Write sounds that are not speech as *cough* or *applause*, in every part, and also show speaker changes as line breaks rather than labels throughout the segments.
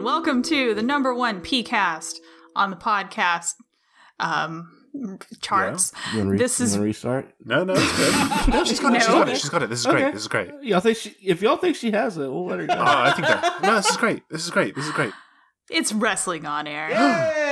welcome to the number one PCast on the podcast um, charts.
You wanna re-
This
you
is-
wanna restart.
No, *laughs* no, it's good.
No, she's
She's got it. She's got
No.
it. She's got it. This is
Okay.
great. This is great.
Y'all think she, if y'all think she has it, we'll let her
Oh, *laughs*
go.
I think that. No, this is great. This is great. This is great.
It's wrestling on
*gasps*
air.
Yay!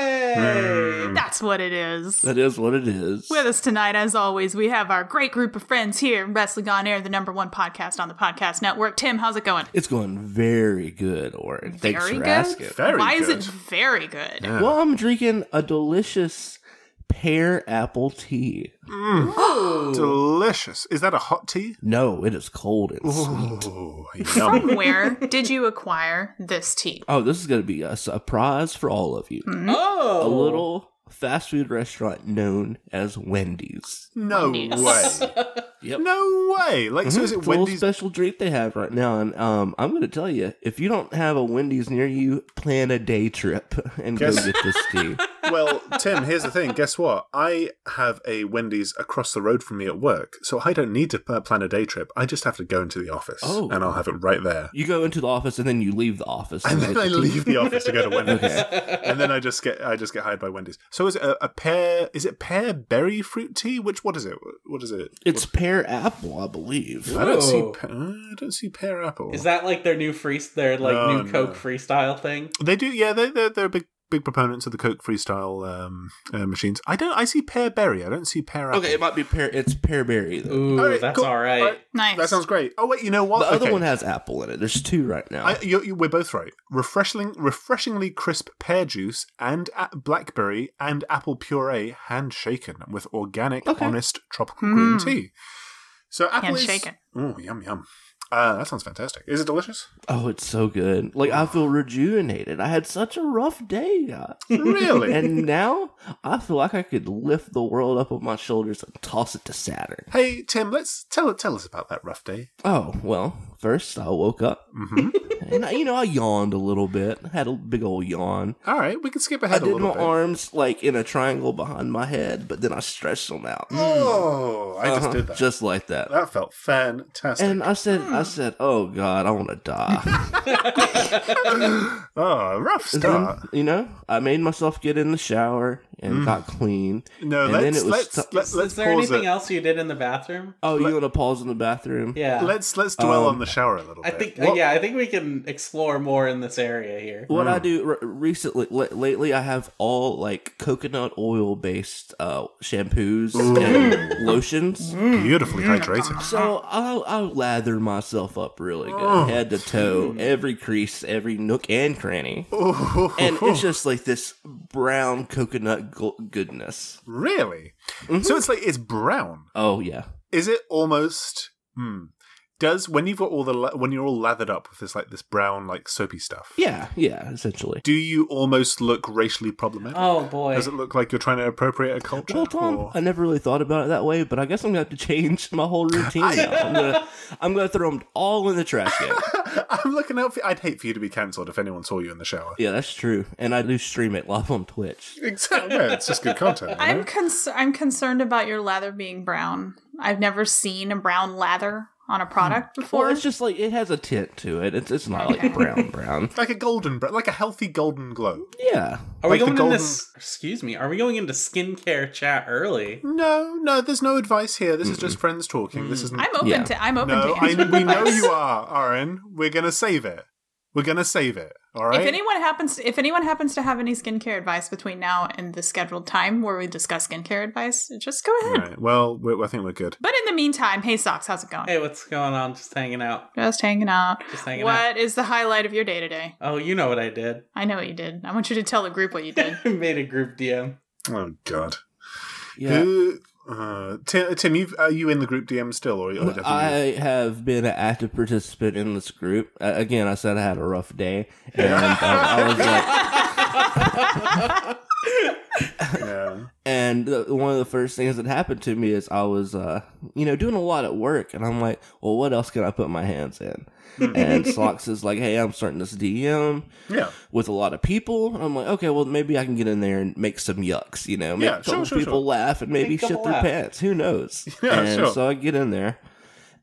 That's what it is.
that is what it is.
With us tonight, as always, we have our great group of friends here, in Wrestling on Air, the number one podcast on the podcast network. Tim, how's it going?
It's going very good, Orin. Thanks
Very
for
good?
asking.
Very
Why is
good.
it very good?
Yeah.
Well, I'm drinking a delicious pear apple tea.
Delicious. Is that a hot tea?
No, it is cold and sweet.
Ooh, yum.
From *laughs* where did you acquire this tea?
Oh, this is going to be a surprise for all of you.
Hmm?
Oh,
A little fast food restaurant known as Wendy's.
no
Wendy's.
way.
Yep.
No way. Like, so is it
It's a little
Wendy's?
Hmm, special treat they have right now, and um, I'm going to tell you: if you don't have a Wendy's near you, plan a day trip *laughs* and
Guess-
go get this
*laughs*
tea.
well, Tim, here's the thing. Guess what? I have a Wendy's across the road from me at work, so I don't need to uh, plan a day trip. I just have to go into the office,
Oh.
and I'll have it right there.
You go into the office and then you leave the office,
And
to
then
get
I
the tea.
leave
*laughs*
the office to go *laughs* to Wendy's, and then I just get I just get hired by Wendy's. So is it a, a pear? Is it pear berry fruit tea? Which what is it? What is it?
It's pear apple, I believe.
I don't see.
Whoa.
pe- uh, I don't see pear apple.
is that like their new free, their like
No,
new
no.
Coke freestyle thing?
They do. Yeah, they they're, they're big big proponents of the Coke freestyle um, uh, machines. I don't. I see pear berry. I don't see pear apple.
Okay, it might be pear. It's pear berry though.
Ooh,
All right,
that's
cool.
all right.
All right.
Nice.
that sounds great. Oh wait, you know what?
the other
Okay.
one has apple in it. There's two right now.
I, you, you, we're both right. Refreshing, refreshingly crisp pear juice and a- blackberry and apple puree, handshaken with organic,
Okay. Hmm.
honest tropical green
Mm.
tea. So apple is-
Handshaken.
Oh, yum yum. Uh, that sounds fantastic. Is it delicious?
*laughs* oh, it's so good. Like I feel rejuvenated. I had such a rough day, guys.
Really? *laughs*
and now I feel like I could lift the world up on my shoulders and toss it to Saturn.
hey Tim, let's tell tell us about that rough day.
Oh, well, first I woke up *laughs*
hmm
and I, you know, I yawned a little bit, had a big old yawn.
All right, we can skip
I
ahead a
did my
little bit.
arms like in a triangle behind my head, but then I stretched them out.
Oh, I just
Uh-huh,
did that.
Just like that.
that Mm. felt fantastic.
And I said, I said, oh God, I want
*laughs*
to die.
oh, rough
And then,
start.
you know, I made myself get in the shower and got clean.
Mm. No,
and
let's let's
stu-
let, us
is there
pause
anything
it.
else you did in the bathroom?
oh, you want to pause in the bathroom?
Yeah,
Let's let's dwell
Um,
on the shower a little
I
bit.
think uh,
What-
yeah, I think we can explore more in this area here.
What I do r- recently, l- lately, I have all like coconut oil based uh, shampoos and lotions.
Mm. beautifully hydrated.
So I'll, I'll lather myself up really good, head to toe, every crease, every nook and cranny, *laughs* and
Uh-huh.
it's just like this brown coconut go- goodness.
*laughs* Really? So it's like it's brown.
Oh yeah,
Is it almost? Hmm. Does when you've got all the la- when you're all lathered up with this like this brown like soapy stuff?
yeah, yeah. Essentially,
Do you almost look racially problematic?
Oh boy,
Does it look like you're trying to appropriate a culture?
Well, Tom,
or- *laughs*
I never really thought about it that way, but I guess I'm gonna have to *laughs* change my whole routine. now. I'm gonna, I'm gonna throw them all in the trash can.
I'm looking out for. I'd hate for you to be cancelled if anyone saw you in the shower.
Yeah, that's true, and I do stream it live on Twitch.
*laughs* Exactly. Yeah, it's just good content. you
I'm
know?
cons- I'm concerned about your lather being brown. I've never seen a brown lather on a product before.
Well, it's just like it has a tint to it. It's it's not like brown brown.
like a golden, br- like a healthy golden glow.
Yeah.
are
like
we
the
going
golden-
into s- excuse me? Are we going into skincare chat early?
No, no, there's no advice here. This is just friends talking.
Mm.
This isn't.
*laughs* I'm open
Yeah.
to I'm open
no,
to
I,
answer
we know
advice.
you are, Aaron. We're gonna save it. We're gonna save it. All right.
If anyone happens if anyone happens to have any skincare advice between now and the scheduled time where we discuss skincare advice, just go
All
ahead.
right. Well, we I think we're good.
But in the meantime, hey socks, how's it going?
Hey, what's going on? Just hanging out.
Just hanging out.
Just hanging out.
What is the highlight of your day today?
Oh, you know what I did? *laughs*
I know what you did. I want you to tell the group what you
*laughs*
did.
Made a group DM.
Oh God.
Yeah.
Who? Uh, Tim, Tim, you are you in the group DM still, or or have you-
I have been an active participant in this group. Uh, again, I said I had a rough day, and um, I was like,
*laughs*
yeah.
*laughs* and the, one of the first things that happened to me is I was, uh, you know, doing a lot at work, and I'm like, well, what else can I put my hands in? and Slox is like, hey, I'm starting this DM
yeah,
with a lot of people. And I'm like, okay, well, maybe I can get in there and make some yucks, you know, make
Yeah,
a couple
sure, sure,
people
sure.
laugh and maybe
Make a
shit
couple
their
laugh.
pants. Who knows?
*laughs* Yeah,
and
sure.
so I get in there.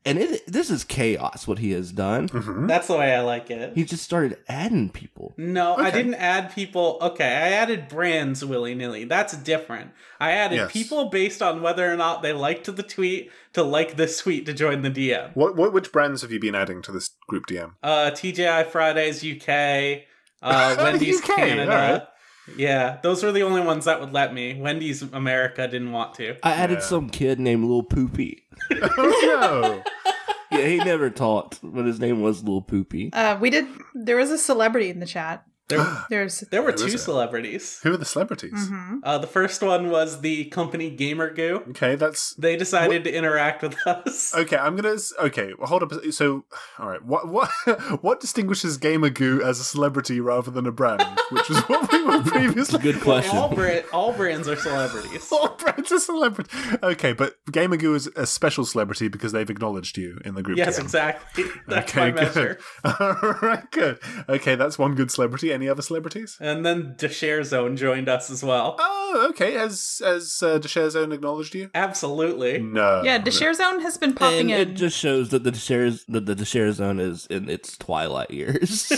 and it, this is chaos what he has done.
Mhm.
That's the way I like it.
He just started adding people.
No, I
Okay.
didn't add people. Okay, I added brands willy nilly. That's different. I added
Yes.
people based on whether or not they liked the tweet to like this tweet to join the DM.
What, what which brands have you been adding to this group DM?
Uh, TJI Fridays UK, uh, Wendy's
UK,
Canada. Yeah, those were the only ones that would let me. Wendy's America didn't want to.
I added
Yeah.
some kid named Lil Poopy.
*laughs*
*laughs*
Oh
Yeah, he never talked, but his name was Lil Poopy.
Uh, we did. There was a celebrity in the chat.
*gasps*
There,
There's.
there were
Who is
two
it?
celebrities.
Who are the celebrities?
Mhm.
Uh, the first one was the company Gamer Goo.
Okay, that's
They decided to interact with us.
okay. I'm gonna s- okay. well, Hold up. a s- So, all right. What what *laughs* what distinguishes Gamer Goo as a celebrity rather than a brand, which is what we
*laughs*
were previously. *laughs*
Good
All,
question.
brand, all brands are celebrities.
All brands are celebrity. Okay, but Gamer Goo is a special celebrity because they've acknowledged you in the group.
Yes,
DM.
exactly. *laughs* That's
Okay,
my measure.
good. *laughs* All right, good. Okay, that's one good celebrity. Any other celebrities?
And then DeShare Zone joined us as well.
Oh, okay. Has has uh, Deshare's own acknowledged you?
Absolutely.
No.
Yeah, DeShare Zone has been popping
And it
in.
just shows that the shares that the share zone is in its twilight years.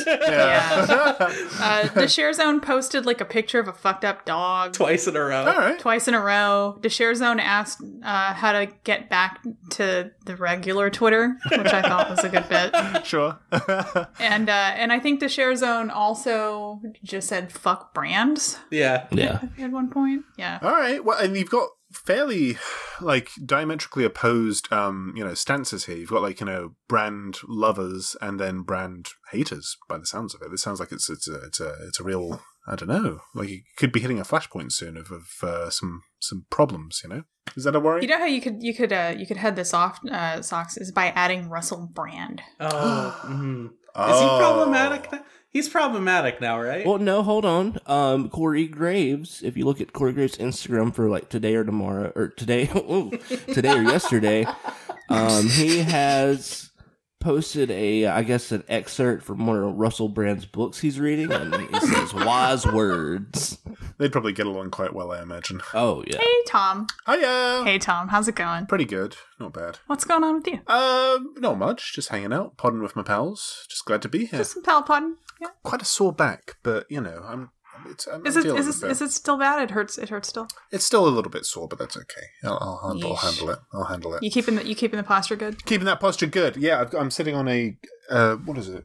Yeah. uh, DeShare Zone posted like a picture of a fucked up dog
Twice in a
All
row. *laughs*
right.
twice in a row. DeShare Zone asked uh, how to get back to the regular Twitter, which I thought was a good bit.
*laughs*
Sure. *laughs*
And uh, and I think DeShare Zone also just said "fuck brands"
Yeah.
*gasps* yeah.
*laughs* at one point. Yeah.
All right. Well, and you've got fairly like diametrically opposed, um, you know, stances here. You've got like you know brand lovers and then brand haters. By the sounds of it, this sounds like it's it's a it's a it's a real I don't know. Like you could be hitting a flashpoint soon of of uh, some some problems. You know, is that a worry?
You know how you could you could uh, you could head this off uh, socks is by adding Russell Brand.
Oh. mhm. Is he
Oh.
problematic now? He's problematic now, right?
Well, no, hold on. Um, Corey Graves. If you look at Corey Graves' Instagram for like today or tomorrow or today, *laughs* ooh, today or yesterday, um, he has posted a, I guess, an excerpt from one of Russell Brand's books he's reading, and he says wise words.
They'd probably get along quite well, I imagine.
Oh yeah.
Hey Tom.
Hiya.
Hey Tom. How's it going?
Pretty good. Not bad.
What's going on with you?
Um, not much. Just hanging out, podding with my pals. Just glad to be here.
Just some pal potting. Yeah.
Quite a sore back, but you know, I'm. It's, I'm
Is it
dealing
is
with
it, is it still bad? It hurts. It hurts still.
It's still a little bit sore, but that's okay. I'll, I'll, handle, I'll
Yeesh.
handle it. I'll handle it.
You keeping the you keeping the posture good?
Keeping that posture good. Yeah, I've, I'm sitting on a uh, what is it?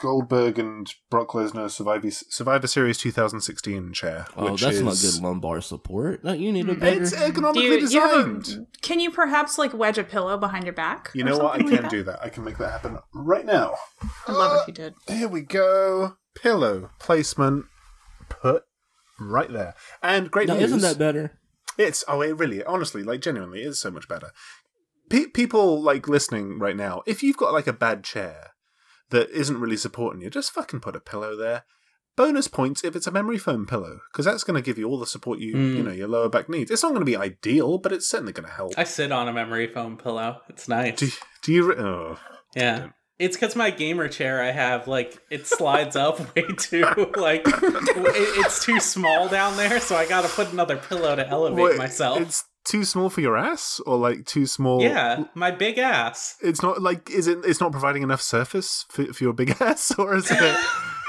Goldberg and Brock Lesnar Survivor Survivor Series 2016 chair.
Oh,
which
that's
is, Mm-hmm.
not good lumbar support. No, you need a better.
It's
Do
ergonomically
you, you have a-
designed. You,
can you perhaps like wedge a pillow behind your back? or
know what? I
something
can
like that? Uh,
do that. I can make that happen right now.
I'd love if you did.
Here we go. Pillow placement put right there. And great
No,
news.
isn't that better?
It's oh, it really, honestly, like genuinely, is so much better. Pe- people like listening right now. If you've got like a bad chair that isn't really supporting you, just fucking put a pillow there. Bonus points if it's a memory foam pillow, because that's going to give you all the support you
Mm.
you know your lower back needs. It's not going to be ideal, but it's certainly going to help.
I sit on a memory foam pillow. It's nice.
do, do you? Re- oh.
yeah. It's because my gamer chair I have, like, it slides up *laughs* way too,
*laughs*
like, it, it's too small down there, so I gotta put another pillow to elevate
Wait,
myself.
It's too small for your ass, or like too small.
yeah, my big ass.
It's not like is it? It's not providing enough surface for, for your big *laughs* ass, or is
*laughs*
it?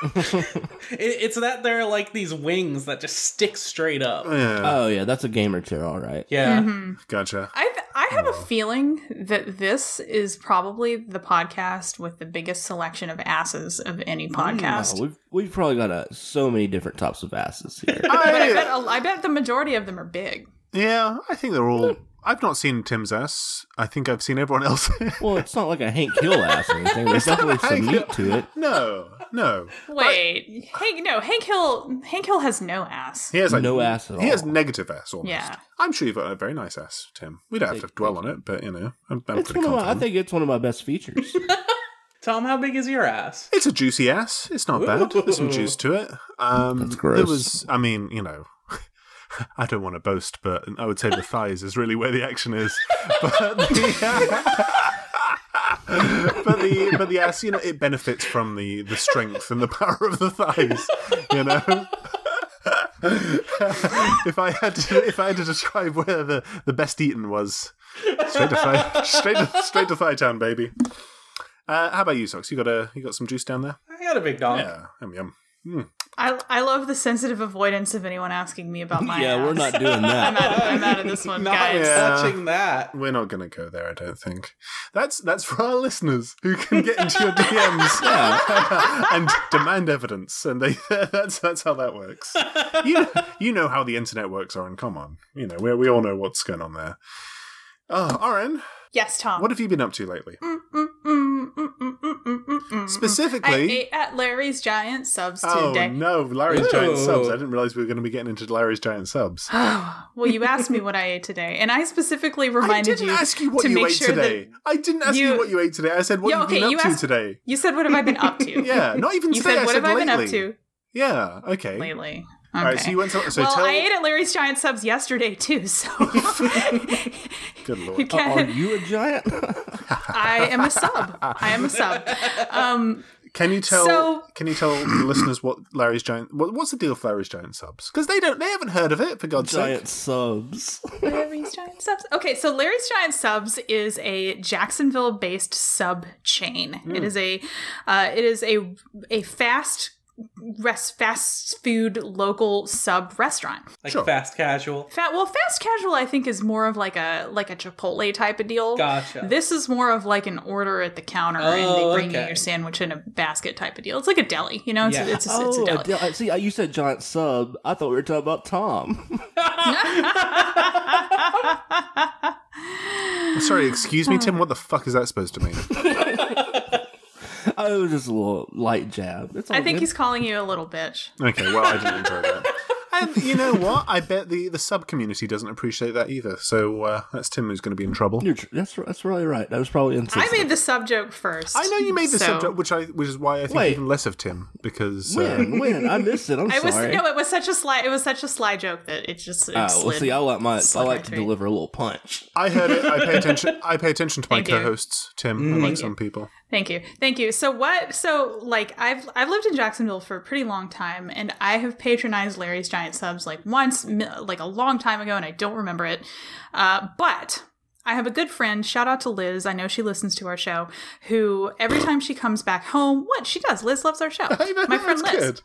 It, it's that there are like these wings that just stick straight up.
yeah,
Oh yeah, that's a gamer chair, all right.
Yeah.
Mm-hmm.
*laughs*
gotcha.
I th- I have a feeling that this is probably the podcast with the biggest selection of asses of any podcast.
Oh, we've we've probably got uh, so many different types of asses here.
But I
I-
bet, a- I bet the majority of them are big.
Yeah, I think they're all. I've not seen Tim's ass. I think I've seen everyone else. *laughs*
Well, it's not like a Hank Hill ass or anything. There's definitely some
Hank
meat to it.
no, no.
Wait, Hank? No, Hank Hill. Hank Hill has no ass.
He has like
No ass at
He has
all.
negative ass almost.
Yeah.
I'm sure you've got a very nice ass, Tim. We don't have to dwell on it, but you know, I'm, I'm
It's
pretty
one of my, I
confident.
think it's one of my best features.
Tom, how big is your ass?
It's a juicy ass. It's not bad. There's
*laughs*
some juice to it. Um,
That's gross.
There was. I mean, you know. *laughs* I don't want to boast, but I would say the thighs is really where the action is. *laughs* But the, *laughs* but the but the ass, you know, it benefits from the the strength and the power of the thighs. You know, *laughs* if I had to, if I had to describe where the, the best eaten was, straight to Fi *laughs* straight to, straight to Firetown, baby. Uh, how about you, Sox? You got a you got some juice down there?
I got a big dog.
Yeah, yum yum. Mm.
I, I love the sensitive avoidance of anyone asking me about *laughs* my.
yeah, we're
ass.
not doing
*laughs* I'm
that.
out, I'm out of this
*laughs*
one,
Not
guys.
yet.
touching that.
We're not gonna go there, I don't think. That's that's for our listeners who can get into your DMs *laughs* and demand evidence, and they *laughs* that's that's how that works. You you know how the internet works, Oren. Come on, you know we we all know what's going on there. Oh, Oren,
Yes, Tom.
what have you been up to lately?
Mm, mm, mm, mm, mm, mm, mm, mm, mm. I
Specifically,
ate at Larry's Giant Subs
oh
today.
no, Larry's giant
Ooh.
subs. I didn't realize we were going to be getting into Larry's giant subs.
well, you asked me what I ate today, and I specifically
I
*sighs* reminded
didn't
you
ask you what
to
you
make
ate
sure
today.
that
I didn't ask you,
you-
what you ate today. I said what
Yeah,
you've
okay,
been
you
up to
asked-
today.
you said, "What have I been up to?"
*laughs* Yeah, not
*laughs*
even
You
today.
said,
I
"What
said
have I been up
lately."
to
Yeah. Okay.
lately?"
All
Okay.
right. So you went to. So
well,
tell.
I ate at Larry's Giant Subs yesterday too,
*laughs*
so *laughs*
Good
you *laughs*
lord.
Uh, Are
can.
you a giant? *laughs*
I am a sub. I am a
*laughs*
sub. Um,
Can you tell?
So-
Can you tell the listeners what Larry's giant? What, what's the deal with Larry's giant subs? Because they don't. They haven't heard of it. For God's
*laughs*
giant subs.
Larry's Giant Subs. Okay, so Larry's Giant Subs is a Jacksonville-based sub chain.
Hmm.
It is a, uh, it is a a fast rest fast food local sub restaurant.
Like
Sure.
fast casual.
Fat well, fast casual I think is more of like a like a Chipotle type of deal.
Gotcha.
This is more of like an order at the counter, and
Oh,
they bring you
okay.
your sandwich in a basket type of deal. It's like a deli, you know. It's
Yeah.
a, it's a,
Oh,
it's a deli.
I did- Oh, I- see, I- you said giant sub. I thought we were talking about Tom. *laughs*
sake. Sorry. Excuse me,
Hmm.
Tim. What the fuck is that supposed to mean?
I was just a little light jab. It's all
I think
good.
he's calling you a little bitch.
Okay. Well, I didn't enjoy that.
*laughs*
And you know what? I bet the the sub community doesn't appreciate that either. So uh, that's Tim who's going to be in trouble.
You're, tr- that's that's really right. That was probably
I
insensitive.
made the sub joke first.
I know you made the
so-
subject, which I which is why I think
Wait.
even less of Tim because uh,
when when I missed it.
*laughs*
I'm
I was
sorry.
no, it was such a sly, it was such a sly joke that it just it
Oh, well,
slid.
see, I like my I
slid right
like to
through.
deliver a little punch.
I heard it. I pay
*laughs*
attention. I pay attention to my
Thank you.
co-hosts, Tim,
Mm.
unlike some people.
Thank you. Thank you. So what so like I've I've lived in Jacksonville for a pretty long time and I have patronized Larry's Giant Subs like once mi- like a long time ago and I don't remember it. Uh, but I have a good friend, shout out to Liz. I know she listens to our show, who every time she comes back home, what she does, Liz loves our
*laughs*
show. My friend
That's
Liz.
good.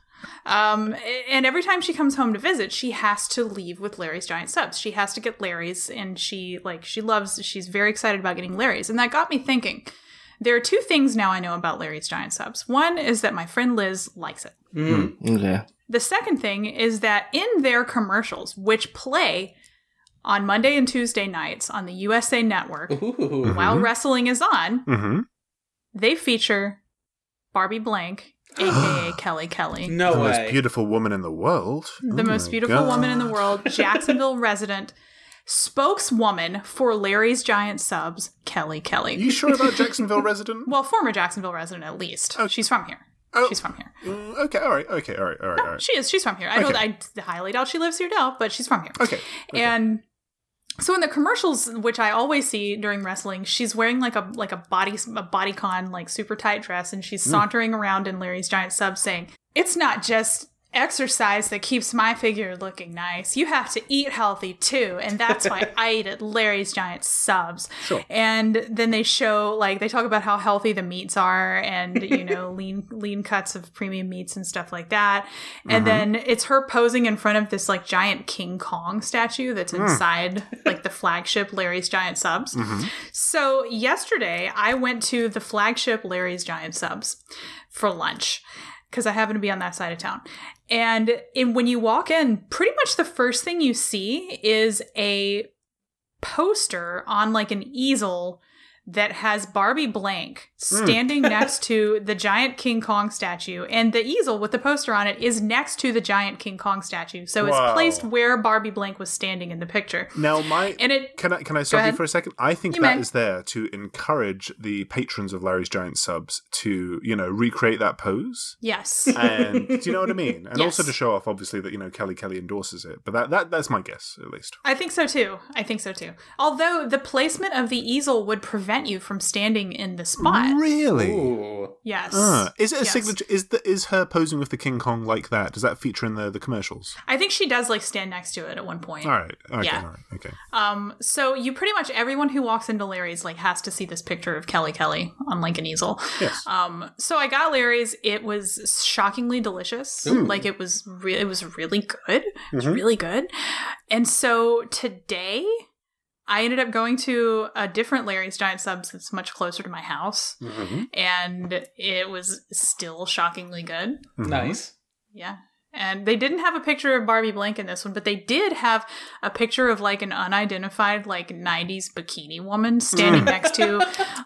Um, and every time she comes home to visit, she has to leave with Larry's giant subs. She has to get Larry's, and she like she loves. She's very excited about getting Larry's, and that got me thinking. There are two things now I know about Larry's giant subs. One is that my friend Liz likes it.
Mm.
Okay.
The second thing is that in their commercials, which play on Monday and Tuesday nights on the USA Network
Hmm.
Ooh.
while wrestling is on,
Mm-hmm.
they feature Barbie Blank, aka *gasps* Kelly Kelly.
No
the
way.
most beautiful woman in the world.
the
Oh
most
my
beautiful
God.
woman in the
*laughs*
world, Jacksonville resident, spokeswoman for Larry's Giant Subs, Kelly Kelly.
You
*laughs*
sure about Jacksonville resident?
well, former Jacksonville resident at least.
Oh.
She's from here.
Oh.
She's from here.
Mm, okay, all right, okay, all right, all right, all
*laughs*
right.
She is. She's from here. I don't.
Okay.
I highly doubt she lives here now, but she's from here.
Okay.
And so in the commercials, which I always see during wrestling, she's wearing like a like a body a bodycon like super tight dress, and
Hmm.
she's sauntering around in Larry's giant sub, saying, "It's not just." Exercise that keeps my figure looking nice. You have to eat healthy too, and that's why I eat at Larry's Giant Subs.
Sure.
And then they show like they talk about how healthy the meats are, and you know lean lean cuts of premium meats and stuff like that. And then it's her posing in front of this like giant King Kong statue that's inside like the flagship Larry's Giant Subs.
Mm-hmm.
So yesterday I went to the flagship Larry's Giant Subs for lunch because I happen to be on that side of town. And in, when you walk in, pretty much the first thing you see is a poster on like an easel that has Barbie Blank standing next to the giant King Kong statue. And the easel with the poster on it is next to the giant King Kong statue. So
Wow.
it's placed where Barbie Blank was standing in the picture.
Now, my
And it
can I can I stop you
ahead.
for a second? I think that
You
is
may.
there to encourage the patrons of Larry's Giant Subs to you know recreate that pose.
yes.
And do you know what
*laughs*
I mean? And also
Yes.
to show off, obviously, that you know Kelly Kelly endorses it. But that, that that's my guess, at least.
I think so too. I think so too. Although the placement of the easel would prevent prevent you from standing in the spot.
Really?
Ooh.
Yes.
Ah, is it a
Yes.
signature? Is the is her posing with the King Kong like that? Does that feature in the, the commercials?
I think she does like stand next to it at one point.
All right. Okay.
Yeah.
All right. Okay.
Um, so you pretty much everyone who walks into Larry's like has to see this picture of Kelly Kelly on like an easel.
Yes.
Um, so I got Larry's. It was shockingly delicious. Like it was, re- it was really good. It was
Mhm.
really good. And so today, I ended up going to a different Larry's Giant Subs that's much closer to my house, and it was still shockingly good.
Mhm.
Nice.
Yeah. And they didn't have a picture of Barbie Blank in this one, but they did have a picture of like an unidentified like 90s bikini woman standing next to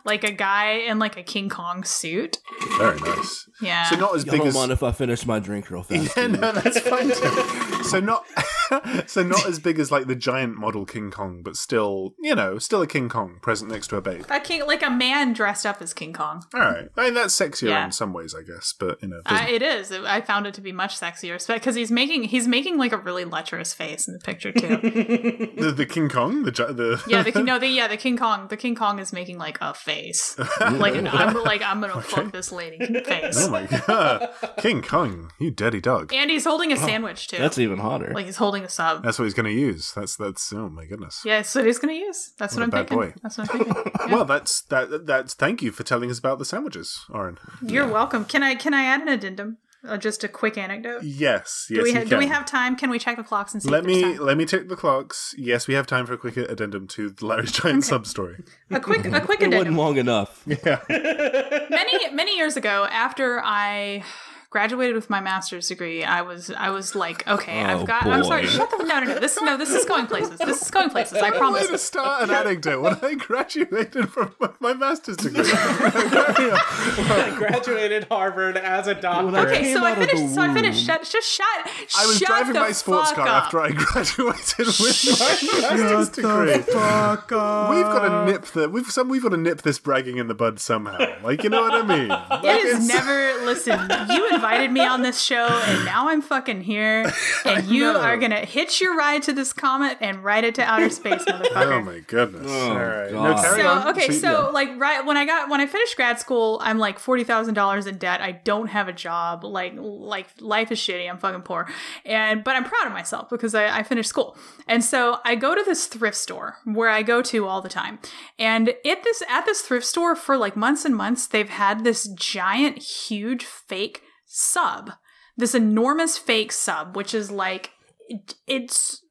like a guy in like a King Kong suit.
Very nice.
Yeah.
So not as
Y'all
big
don't
as. *laughs*
mind if I finish my drink *laughs* real fast?
Yeah,
do you?
no, that's fine.
*laughs*
Tim. so not, *laughs* so not as big as like the giant model King Kong, but still, you know, still a King Kong present next to a babe.
a king like a man dressed up as King Kong.
All right, I mean that's sexier
Yeah.
in some ways, I guess, but you know,
I, it is. I found it to be much sexier because he's making he's making like a really lecherous face in the picture
*laughs*
too.
the, the King Kong, the gi- the
yeah,
*laughs*
the no, the yeah, the King Kong, the King Kong is making like a
*laughs*
face, like an, I'm like I'm gonna fuck this lady face,
oh my god, King Kong, you dirty dog.
and he's holding a sandwich too.
That's even hotter.
like he's holding a sub.
Oh, That's what he's going to use. That's that's oh my goodness.
Yeah, so it is going to use. That's what,
What
I'm
a bad
thinking.
boy.
That's what I'm
*laughs*
thinking.
Well, that's that. That's thank you for telling us about the sandwiches, Oren.
You're welcome. Can I can I add an addendum? Uh, just a quick anecdote.
Yes, yes.
do we
you
ha- do we
can.
have time? Can we check the clocks and see?
Let
if there's
me
time?
let me check the clocks. Yes, we have time for a quick addendum to Larry's giant sub story.
a quick
*laughs*
a quick
it wasn't
addendum.
long enough.
many many years ago, after I graduated with my master's degree, I was I was like, okay,
Oh,
I've got. I'm sorry.
boy.
Shut the no no no. This no this is going places. This is going places.
*laughs*
I
Way
promise.
to start an anecdote when I graduated from my master's
*laughs*
degree. Carry on.
I graduated Harvard as a doctor.
I-
Okay,
Came
so I
out of the
finished. So I finished.
womb.
Shut, just shut.
I was
shut
driving
the
my sports
fuck
car
up.
after I *laughs* graduated with my master's degree. We've got to nip the we've some we've got to nip this bragging in the bud somehow. Like you know what I
*laughs*
mean? Like,
It is
it's-
never. Listen, you invited me on this show, and now I'm fucking
*laughs*
here, and you
know.
are gonna hitch your ride to this comet and ride it to outer
*laughs*
space,
Oh
motherfucker.
my goodness!
Oh,
All right, no,
God.
carry on.
so okay,
She-
so like right when I got when I finished grad school, I'm like forty thousand dollars in debt. I don't have a job. Like like life is shitty. I'm fucking poor, and but I'm proud of myself because I, I finished school. And so I go to this thrift store where I go to all the time, and at this at this thrift store for like months and months, they've had this giant, huge fake sub, this enormous fake sub, which is like it- it's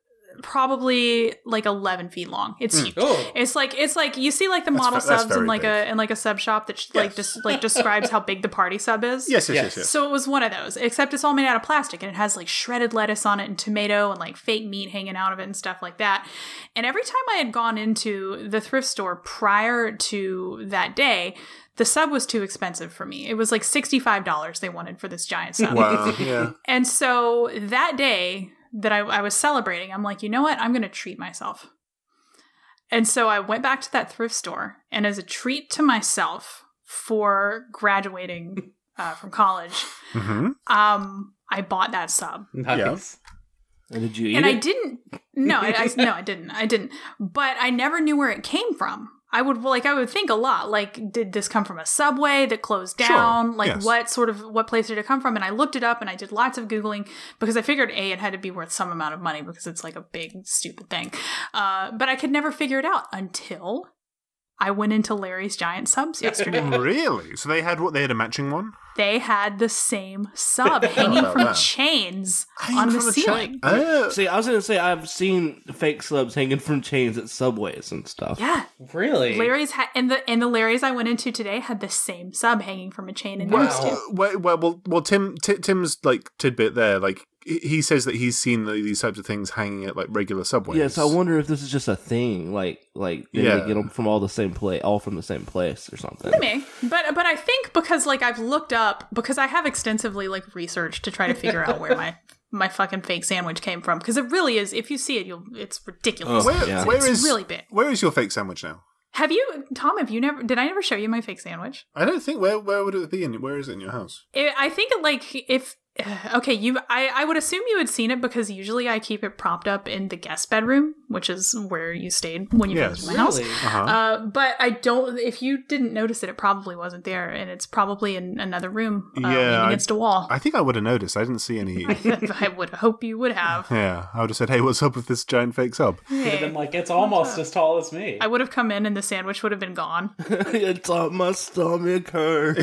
probably like 11 feet long it's huge
Oh.
it's like it's like you see like the
That's
model
fa- that's
subs in
very
like
big.
a in like a sub shop that sh- like
Yes.
just like describes how big the party sub is.
Yes, yes, yes, yes.
So it was one of those, except it's all made out of plastic and it has like shredded lettuce on it and tomato and like fake meat hanging out of it and stuff like that. And every time I had gone into the thrift store prior to that day, the sub was too expensive for me. It was like $65 they wanted for this giant sub. *laughs*
wow, yeah.
And so that day that I, I was celebrating, I'm like, you know what? I'm going to treat myself. And so I went back to that thrift store, and as a treat to myself for graduating uh, from college,
hmm
um, I bought that sub.
Nice.
And did you eat
and I
it?
didn't. No, I, I- no, I didn't. I didn't. But I never knew where it came from. I would like I would think a lot. Like, did this come from a subway that closed
Sure,
down? Like,
yes.
what sort of what place did it come from? And I looked it up, and I did lots of googling because I figured a it had to be worth some amount of money because it's like a big stupid thing. Uh, but I could never figure it out until I went into Larry's Giant
*laughs*
Subs yesterday.
Really? So they had what? They had a matching one
they had the same
*laughs*
sub hanging
about
from
that.
chains
Hanging
on the
from a
ceiling.
chain. Oh,
See, I was gonna say I've seen fake slubs hanging from chains at subways and stuff.
Yeah.
Really?
Larry's ha- and the and the Larry's I went into today had the same sub hanging from a chain in
Wow.
theirs too.
well, well, well, well, Tim, Ti- Tim's like tidbit there. Like he- he says that he's seen the, these types of things hanging at like regular subways.
Yeah, so I wonder if this is just a thing, like like they
Yeah.
get them from all the same place, all from the same place or something.
Me. But but I think because like I've looked up because I have extensively like researched to try to figure out where
*laughs*
my my fucking fake sandwich came from because it really is if you see it you'll it's ridiculous.
Ugh.
Oh.
Where,
Yeah.
where
It's
is
really big.
Where is your fake sandwich now?
Have you Tom? Have you never? Did I never show you my fake sandwich?
I don't think where where would it be? In, where is it in your house?
It, I think like if *sighs* okay, you. I, I would assume you had seen it because usually I keep it propped up in the guest bedroom, which is where you stayed when you
Yes.
came to my house.
Really?
Uh-huh.
Uh, but I don't. If you didn't notice it, it probably wasn't there, and it's probably in another room, uh,
Yeah,
leaning
I-
against a wall.
I think I would have noticed. I didn't see any.
*laughs* I would hope you would have.
*laughs* yeah, I would have said, "Hey, what's up with this giant
*laughs*
fake sub?"
Could have been like, it's almost as tall as me.
I would have come in, and the sandwich would have been gone.
*laughs* it's on my stomach *laughs* hurt.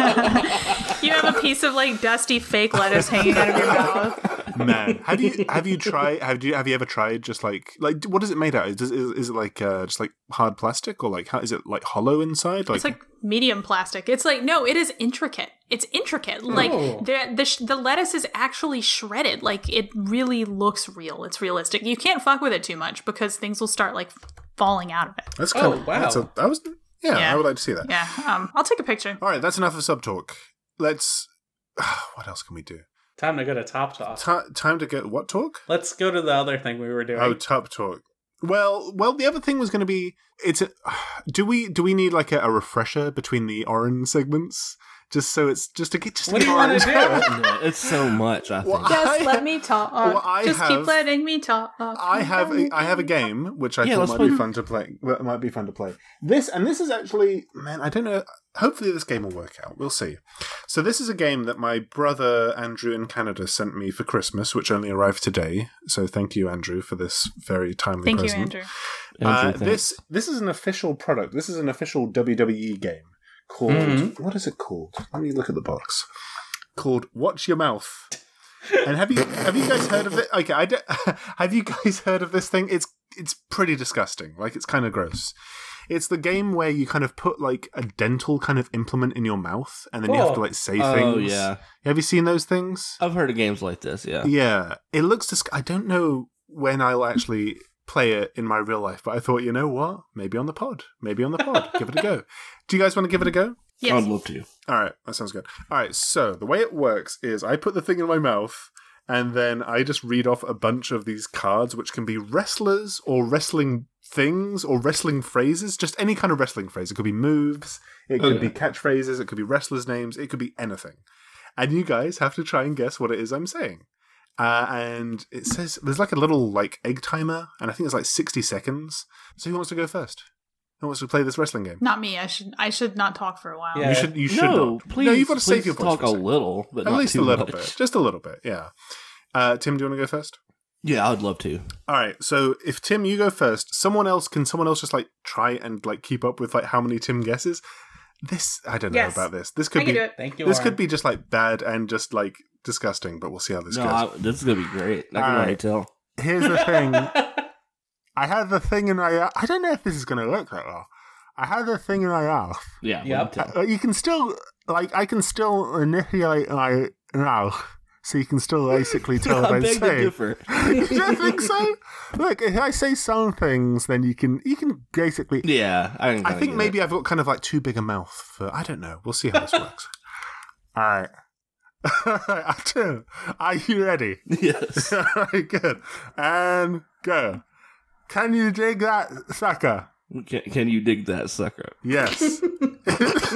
You have a piece of like dusty fake lettuce hanging out of your
*laughs*
mouth.
Man, have you have you tried? Have you have you ever tried just like like what is it made out? of? Is is, is it like uh, just like hard plastic or like how is it like hollow inside? Like,
It's like medium plastic. It's like no, it is intricate. It's intricate. Like
Oh.
the the, sh- the lettuce is actually shredded. Like it really looks real. It's realistic. You can't fuck with it too much because things will start like falling out of it.
that's
oh,
kind of
wow.
That's a, that was yeah,
Yeah.
I would like to see that.
Yeah. Um. I'll take a picture.
All right, that's enough of sub talk. Let's. *sighs* what else can we do?
Time to go to Top Talk.
Ti time to go. What talk?
Let's go to the other thing we were doing.
Oh, top talk. Well, well, the other thing was going to be it's a, *sighs* do we do we need like a, a refresher between the orange segments just so it's just to get just
what
to
do you want
get
to
orange.
do?
No, it's so much. I think.
Well, I-
me talk.
Well, I
Just
have-
keep letting me talk.
I have a, I have a game which I
Yeah,
thought
let's
might
play-
be fun to play. Well, it might be fun to play this, and this is actually man. I don't know. Hopefully, this game will work out. We'll see. So this is a game that my brother Andrew in Canada sent me for Christmas, which only arrived today. So thank you, Andrew, for this very timely
Thank you,
present.
Andrew.
Andrew,
Uh,
thanks.
this this is an official product. This is an official WWE game called
Mm-hmm.
Mhm.
what is it called? Let me look at the box. Called Watch Your Mouth. And have you have you guys heard of it? Okay, I don't, *laughs* have you guys heard of this thing? It's it's pretty disgusting. Like it's kind of gross. It's the game where you kind of put like a dental kind of implement in your mouth, and then you have to
Oh.
like say
Oh
things.
yeah,
Have you seen those things?
I've heard of games like this. Yeah,
Yeah, it looks. Disc- I don't know when I'll actually play it in my real life, but I thought, you know what? Maybe on the pod. Maybe on the pod. give it a go. Do you guys want to give it a go?
Yes.
I'd love to.
All right, that sounds good. All right, so the way it works is I put the thing in my mouth, and then I just read off a bunch of these cards, which can be wrestlers or wrestling things or wrestling phrases, just any kind of wrestling phrase. It could be moves, it could
Okay.
be catchphrases, it could be wrestlers' names, it could be anything. And you guys have to try and guess what it is I'm saying. Uh, and it says there's like a little like egg timer, and I think it's like 60 seconds. So who wants to go first? Who wants to play this wrestling game?
Not me. I should I should not talk for a while.
Yeah.
You should. You should.
no,
not.
please.
No, you've got to
please
save your voice
talk
for
a
second.
little, but
At
not
least a
too
little
much.
bit, just a little bit. Yeah. Uh, Tim, do you want to go first?
Yeah, I'd love to.
All right. So if Tim, you go first. Someone else can. Someone else just like try and like keep up with like how many Tim guesses. This I don't
Yes.
know about this. This
I
could
can
be
do it.
Thank you.
this
Oren.
could be just like bad and just like disgusting. But we'll see how this
no,
goes.
I, this is gonna be great. I can
All
already
right.
tell.
*laughs* Here's the
*laughs*
thing. I had the thing in my. I don't know if this is going to work that well. I had the thing in my mouth.
Yeah, we
Yep.
can tell.
Uh, you can still like I can still manipulate my mouth, so you can still
*laughs*
basically *laughs* tell what
*laughs* I
I'm
beg to
saying. *laughs*
differ.
Do you think so? Look, if I say some things, then you can you can basically.
Yeah, I, can
I think
get
maybe
It.
I've got kind of like too big a mouth for. I don't know. We'll see how this
*laughs*
works. All *laughs* right. All right, Tim, are you
*laughs*
ready?
Yes.
All right, good. And go. Can you dig that sucker?
Can, can you dig that sucker? *laughs*
Yes.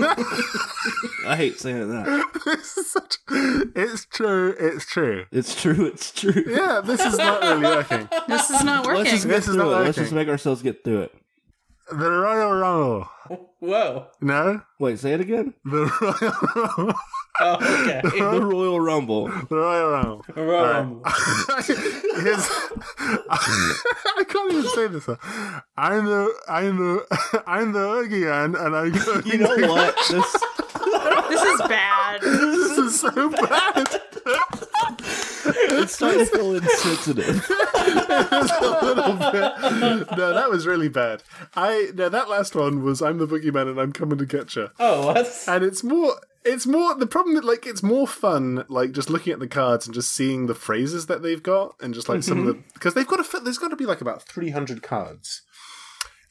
I hate saying that.
This is such- it's true. It's true.
It's true. It's
*laughs*
true.
Yeah, this is not really
*laughs*
working.
This is not working.
Let's just get
This is
through it.
not
Let's just
working.
make ourselves get through it.
The Royal Rumble.
Whoa.
No,
Wait, say it again.
the Royal Rumble.
Oh,
*laughs*
okay.
The Royal Rumble.
The Royal Rumble.
Whoa.
Here's- *laughs* I can't even say this. one. I'm the I'm *laughs* the I'm the again, and I *laughs* go.
You know what? This
This is
*laughs*
bad.
This is so bad. *laughs*
it's starting to feel insensitive.
No, that was really bad. I no, that last one was I'm the boogeyman, and I'm coming to get you.
Oh, what's
and it's more it's more the problem that like it's more fun like just looking at the cards and just seeing the phrases that they've got and just like some of the because they've got to fit there's got to be like about 300 cards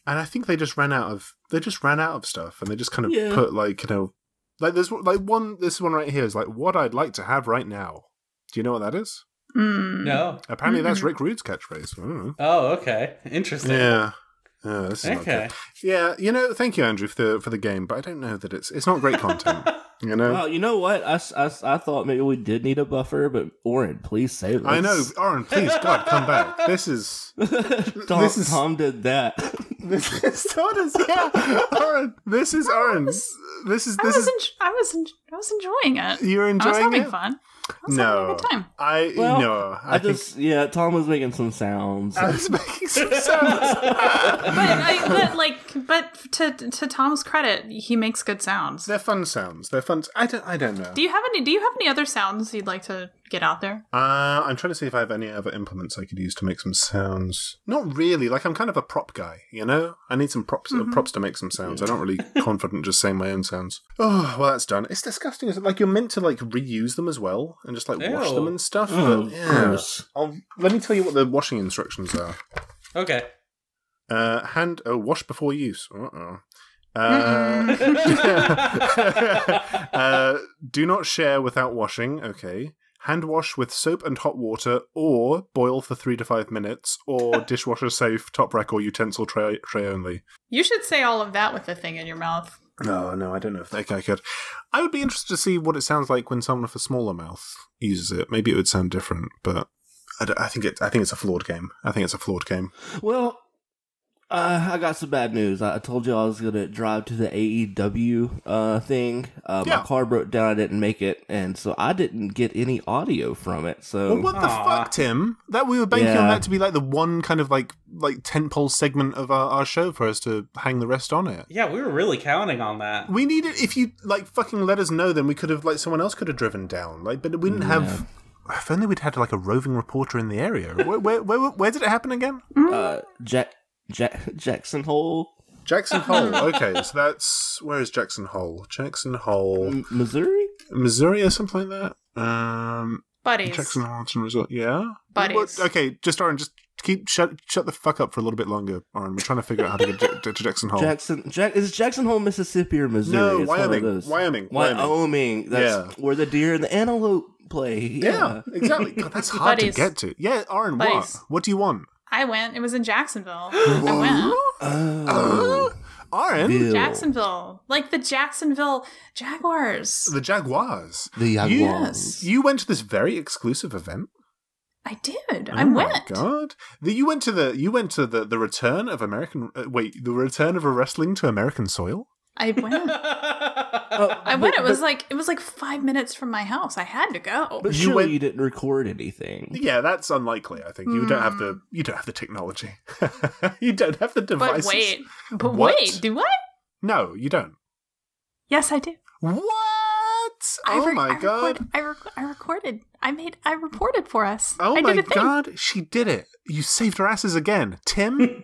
and i think they just ran out of they just ran out of stuff and they just kind of
Yeah.
put like you know like there's like one this one right here is like what i'd like to have right now do you know what that is
Mm.
no?
apparently that's rick rude's catchphrase I don't know.
Oh, okay. Interesting.
yeah yeah, this is not
Okay.
good. yeah, you know, thank you, Andrew, for the for the game, but I don't know that it's it's not great content. You know,
Well, Uh, you know what? I, s- I s- I thought maybe we did need a buffer, but Oren, please save us.
I know, Aaron. Please, God, come back. This
*laughs*
is
*laughs* Tom,
This is-
Tom did that.
*laughs* this is Tortoise. Yeah, Aaron. This is Aaron. This is
I was,
this is.
en- I was, en- I was enjoying it.
You're
I was
enjoying
having
it.
fun. I was having
No,
a good
*laughs*
time.
I Uh,
Well,
no.
I,
*laughs*
just yeah, Tom was making some sounds.
I was making some sounds.
But, I, but like, but to to Tom's credit, he makes good sounds.
They're fun sounds. They're fun. I don't. I don't know.
Do you have any? Do you have any other sounds you'd like to get out there?
Uh, I'm trying to see if I have any other implements I could use to make some sounds. Not really. Like I'm kind of a prop guy, you know. I need some props. uh, props to make some sounds. I'm not really confident just saying my own sounds. Oh well, that's done. It's disgusting. Is it like you're meant to like reuse them as well and just like wash
Ew.
them and stuff?
Oh,
but, yeah.
gross.
I'll, let me tell you what the washing instructions are.
Okay.
Uh, hand. Oh, wash before use. Uh-oh. Uh, uh, *laughs* do not share without washing. Okay. Hand wash with soap and hot water, or boil for three to five minutes, *laughs* or dishwasher safe, top rack, or utensil tray, tray only.
You should say all of that with a thing in your mouth.
No, Oh, no, I don't know if that I could. I would be interested to see what it sounds like when someone with a smaller mouth uses it. Maybe it would sound different, but I, don't- I think it. I think it's a flawed game. I think it's a flawed game.
Well, uh, I got some bad news. I, I told you I was gonna drive to the AEW uh, thing. Uh,
Yeah.
My car broke down. I didn't make it, and so I didn't get any audio from it. So
Well, what the
Aw.
fuck, Tim? That we were banking on
Yeah.
that to be like the one kind of like like tentpole segment of our, our show for us to hang the rest on it.
Yeah, we were really counting on that. *laughs*
We needed if you like fucking let us know, then we could have like someone else could have driven down. Like, but we didn't have. If only we'd had like a roving reporter in the area. Where where where, where did it happen again?
uh, Jack, Jack Jackson Hole,
Jackson Hole. Okay, so that's where is Jackson Hole? Jackson Hole,
M- Missouri.
Missouri, or something like that. Um,
Buddies.
Jackson Hole and Resort. Yeah.
Buddies.
What- okay, just Aaron, just keep shut shut the fuck up for a little bit longer, Aaron. We're trying to figure out how to get J- *laughs* to Jackson Hole.
Jackson, Jack is it Jackson Hole, Mississippi, or Missouri?
Oh. No,
It's one of
Wyoming.
those.
Wyoming, Wyoming.
Wyoming. That's
Yeah.
where the deer and the antelope play.
yeah, exactly.
*laughs*
God, that's hard
Buddies.
to get to. Yeah, Aaron, what?
Buddies.
What do you want?
I went. It was in
*gasps*
Jacksonville. I went.
Oh.
Aaron,
Bill.
Jacksonville, like the Jacksonville Jaguars.
the Jaguars.
The
You,
Jaguars.
you went to this very exclusive event.
I did. I
oh My
went.
God, the, you went to the you went to the the return of American. Uh, wait, the return of a wrestling to American soil.
I
*laughs*
went.
Oh,
I went. It
but-
was
but-
like it was like five minutes from my house. I had to go.
But
You
surely
went-
you didn't record
Mm-hmm.
anything.
Yeah, that's unlikely. I think you don't have the you don't have the technology. *laughs* you don't have the
Mm. But
devices.
wait. But
What?
wait. Do I?
No, you don't.
Yes, I do.
What?
I
oh
re-
my
I
god.
record- I, rec- I recorded. I made. I reported for us.
Oh
I
my
did a thing.
god, she did it. You saved her asses again.
*laughs*
Tim,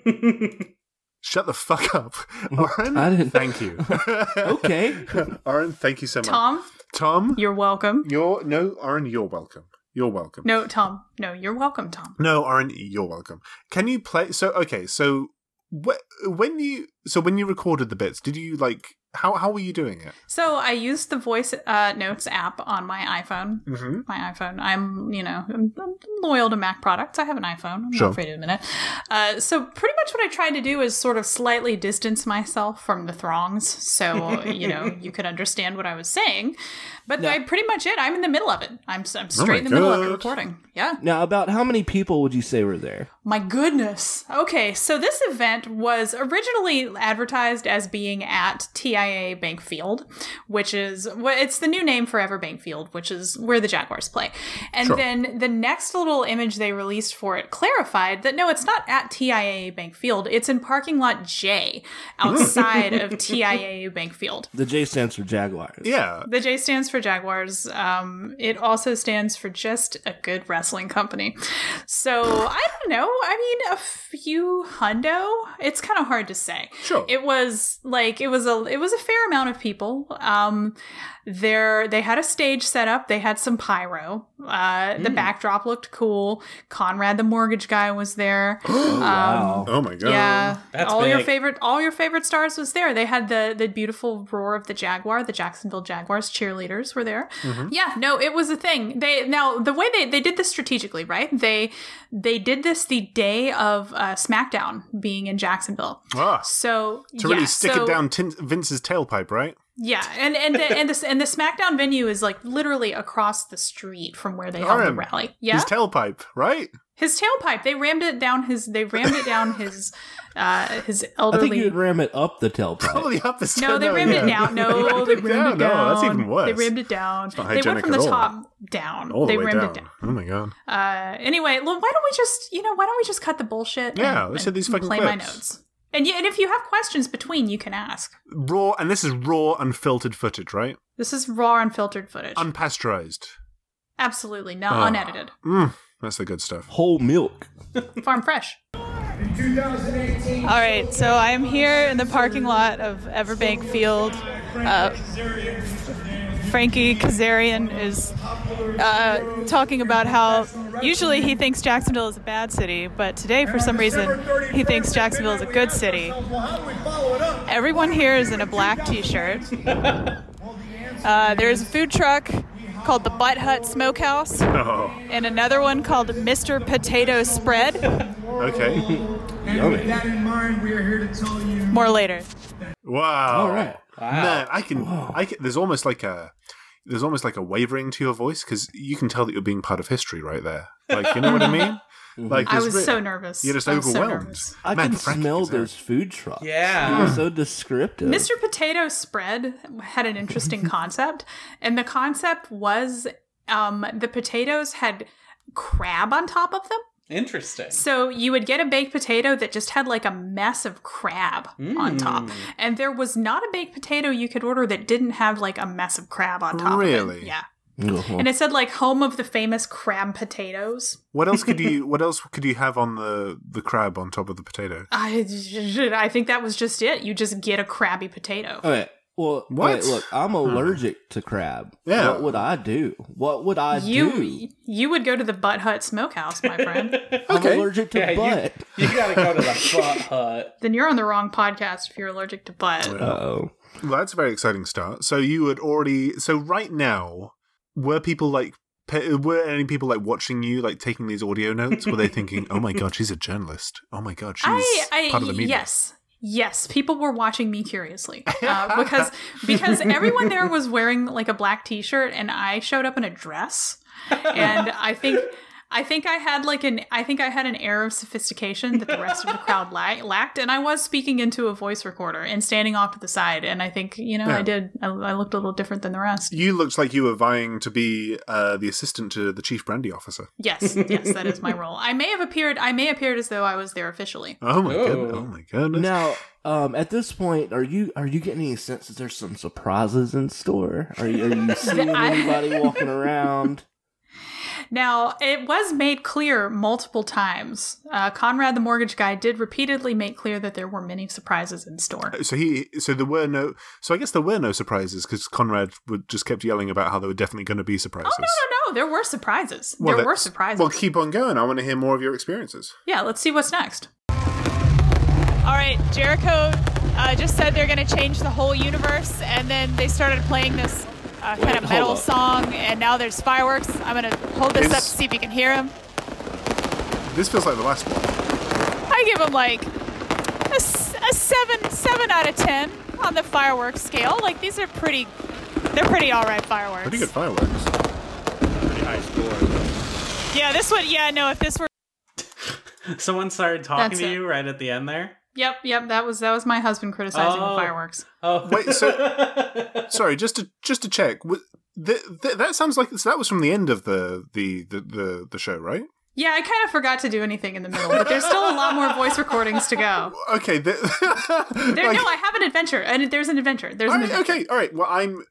shut the fuck up.
*laughs*
Oren,
I didn't-
thank you.
*laughs* Okay.
*laughs* Oren, thank you so much.
Tom,
Tom,
you're welcome.
you're no, Oren, you're welcome. You're welcome.
No, Tom. No, you're welcome, Tom.
No, Oren, you're welcome. Can you play so okay, so wh- when you so when you recorded the bits, did you like how how were you doing it?
So I used the voice uh, notes app on my iPhone.
Mm-hmm.
my iPhone. I'm, you know, I'm, I'm loyal to Mac products. I have an iPhone. I'm
Sure.
not afraid to admit it. Uh, so pretty much what I tried to do is sort of slightly distance myself from the throngs, so you know you could understand what I was saying. But I pretty much it. I'm in the middle of it. I'm, s- I'm straight in the middle of it
God.
recording. Yeah.
Now, about how many people would you say were there?
My goodness. Okay, so this event was originally advertised as being at TIA Bank Field, which is well, it's the new name for Ever Bank Field, which is where the Jaguars play. And
Sure.
then the next little image they released for it clarified that no, it's not at TIA Bank Field. It's in parking lot J outside of TIA Bank Field.
The J stands for Jaguars.
Yeah.
The J stands for Jaguars. Um, it also stands for just a good wrestling company. So I don't know. I mean, a few hundo. It's kind of hard to say.
Sure.
It was like it was a it was a fair amount of people. Um, there they had a stage set up. They had some pyro. Uh, the backdrop looked cool. Conrad, the mortgage guy, was there.
Oh,
Um,
wow.
oh my god.
Yeah,
That's
all your
big.
favorite all your favorite stars was there. They had the the beautiful roar of the jaguar. The Jacksonville Jaguars cheerleaders were there. Yeah, no, it was a thing. They now the way they they did this strategically, right? They they did this the day of uh, SmackDown being in Jacksonville.
Ah,
So
to really
yeah,
stick
so-
it down Tin Vince's tailpipe, right?
Yeah, and and the, and this and the SmackDown venue is like literally across the street from where they held the
Arm.
rally. Yeah,
His tailpipe, right?
his tailpipe. They rammed it down his. They rammed it down his. Uh, his
I think
elderly.
you'd ram it up the tailpipe.
Probably up *laughs* the
no, they rammed it
yeah.
down. No,
*laughs* Rammed
they
it
rammed it down.
No, that's even worse.
They rammed it down.
not
They went
hygienic
from
at
the
all.
top down.
all the
they
way
rammed
down.
it down.
Oh my god!
Uh, anyway, well, why don't we just you know why don't we just cut the bullshit?
Yeah,
and,
let's hit these
and
fucking
play my
clips.
notes. And yeah, and if you have questions between, you can ask.
Raw, and this is raw, unfiltered footage, right?
This is raw, unfiltered footage.
Unpasteurized.
Absolutely not
Ah.
unedited.
Mm, that's the good stuff.
*laughs* Whole milk.
Farm fresh.
All right, so I am here in the parking lot of Everbank Field. Uh, Frankie Kazarian is uh, talking about how usually he thinks Jacksonville is a bad city, but today for some reason he thinks Jacksonville is a good city. Everyone here is in a black T-shirt. Uh, there's a food truck called the Butt Hut Smokehouse
Oh,
and another one called Mr. Potato Spread.
okay.
And with that in mind, we are here to tell you.
More later.
Wow.
All right.
Man, I can, I can. There's almost like a, there's almost like a wavering to your voice because you can tell that you're being part of history right there. Like you know what I mean? Like
I
there's
was
re-
so nervous.
You're just
I was so
overwhelmed.
nervous.
I
Man,
can
Frankie
smell
is there.
those food trucks.
Yeah.
They're so descriptive.
Mr. Potato Spread had an interesting
*laughs*
concept, and the concept was um, the potatoes had crab on top of them.
Interesting.
So you would get a baked potato that just had like a mess of crab on
Mm.
top. And there was not a baked potato you could order that didn't have like a mess of crab on top. of it.
Really?
Yeah.
Uh-huh.
And it said like home of the famous crab potatoes.
What else
*laughs*
could you? What else could you have on the the crab on top of the potato?
I, I think that was just it. You just get a crabby potato.
Okay. Well,
What?
wait, look, I'm allergic to crab.
Yeah.
What would I do? What would I do?
you you would go to the Butt Hut Smokehouse, my
*laughs*
friend.
I'm
Okay.
allergic to
Yeah, you-
butt.
You gotta go to the butt hut.
then you're on the wrong podcast if you're allergic to butt.
Uh-oh.
Well, that's a very exciting start. So you would already. So right now, were people like? Pe- were any people like watching you, like taking these audio notes? Were they thinking, "Oh my god, she's a journalist. Oh my god, she's
I, I
part of the media."
yes. Yes, people were watching me curiously
*laughs*
uh, because because everyone there was wearing like a black T-shirt, and I showed up in a dress, and I think I think I had like an I think I had an air of sophistication that the rest of the
*laughs*
crowd la- lacked, and I was speaking into a voice recorder and standing off to the side, and I think you know
Yeah.
I did I, I looked a little different than the
*laughs*
rest.
You looked like you were vying to be uh, the assistant to the chief brandy officer.
Yes, yes, that is my role. I may have appeared I may appeared as though I was there officially.
Oh my
Oh.
goodness! Oh my goodness!
Now, um, at this point, are you are you getting any sense that there's some surprises in store? Are you,
*laughs*
are you seeing
I-
anybody walking around?
Now, it was made clear multiple times. Uh, Conrad the mortgage guy did repeatedly make clear that there were many surprises in
Uh,
store.
So he, so there were no, so I guess there were no surprises because Conrad would just kept yelling about how there were definitely going to be surprises.
Oh, no, no, no. There were surprises. there
Well,
were
that's-
surprises.
Well, keep on going. I want to hear more of your experiences.
yeah, let's see what's next.
All right, Jericho uh, just said they're going to change the whole universe, and then they started playing this uh, kind
Wait,
of
hold
metal
up.
song, and now there's fireworks. I'm going to hold this up
It's-
to see if you can hear him.
This feels like the last one.
I give him like a, s- a seven, seven out of ten on the fireworks scale. Like these are pretty, they're pretty all right fireworks.
Pretty good fireworks.
Yeah, this would. Yeah, no, if this were
Someone started talking
That's
to
it.
you right at the end there.
Yep, yep. That was that was my husband criticizing the
Oh.
fireworks.
Oh,
Wait, so
*laughs*
sorry, just to just to check. wa- Th- th- that sounds like so that was from the end of the the the, the, the show, right?
Yeah, I kind of forgot to do anything in the middle, but there's still a lot more voice recordings to
*laughs*
go.
Okay. The,
There,
*laughs* like-
no, I have an adventure, and there's an adventure. There's
all
an
right,
adventure.
okay. All right. Well, I'm.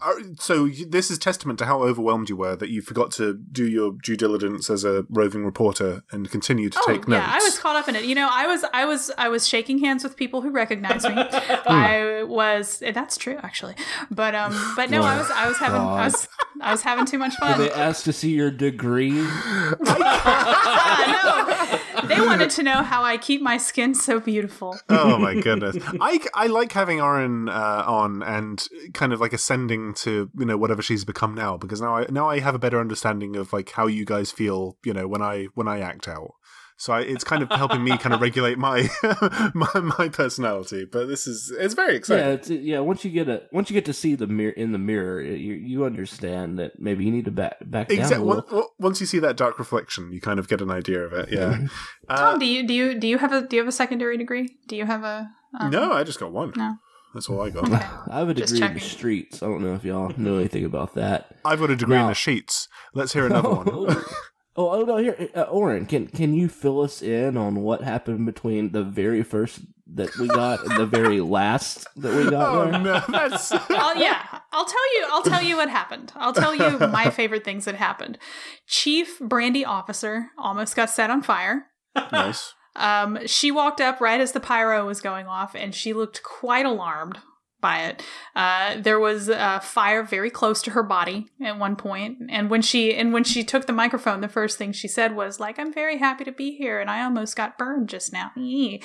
all right, So you- this is testament to how overwhelmed you were that you forgot to do your due diligence as a roving reporter and continue to take
Oh, yeah,
notes.
I was caught up in it. You know, I was, I was, I was shaking hands with people who recognized me.
*laughs*
I was. That's true, actually. But um, but no, I was, I was having, I was, I was having too much fun.
They asked to see your degree.
Yeah, Ah,
*laughs*
no, they wanted to know how I keep my skin so beautiful. *laughs*
oh my goodness I, I like having Aaron uh, on and kind of like ascending to you know whatever she's become now because now I now I have a better understanding of like how you guys feel you know when I when I act out So I, it's kind of helping me kind of regulate my, *laughs* my my personality. But this is it's very
Yeah,
exciting.
it's, yeah. Once you get a once you get to see the mirror in the mirror, you you understand that maybe you need to back back down
Exactly.
a little.
Once you see that dark reflection, you kind of get an idea of it. Yeah.
*laughs*
Uh,
Tom, do you do you do you have a do you have a secondary degree? Do you have a um,
no, I just got one.
No.
That's all I got.
I have a
Just
degree in the
checking.
streets. I don't know if y'all know anything
*laughs*
about that.
I've got a degree in
No.
the sheets. Let's hear
*laughs*
another one.
oh, *laughs* oh no! Here, uh, Oren, can can you fill us in on what happened between the very first that we got and the
*laughs*
very last that we got?
Oh
Oren?
no,
*laughs*
that's
I'll, yeah, I'll tell you. I'll tell you what happened. I'll tell you my favorite things that happened. Chief Brandy Officer almost got set on fire.
nice.
Um, she walked up right as the pyro was going off, and she looked quite alarmed by it. Uh, there was uh, fire very close to her body at one point, and when she and when she took the microphone, the first thing she said was like, "I'm very happy to be here, and I almost got burned just now." Eee.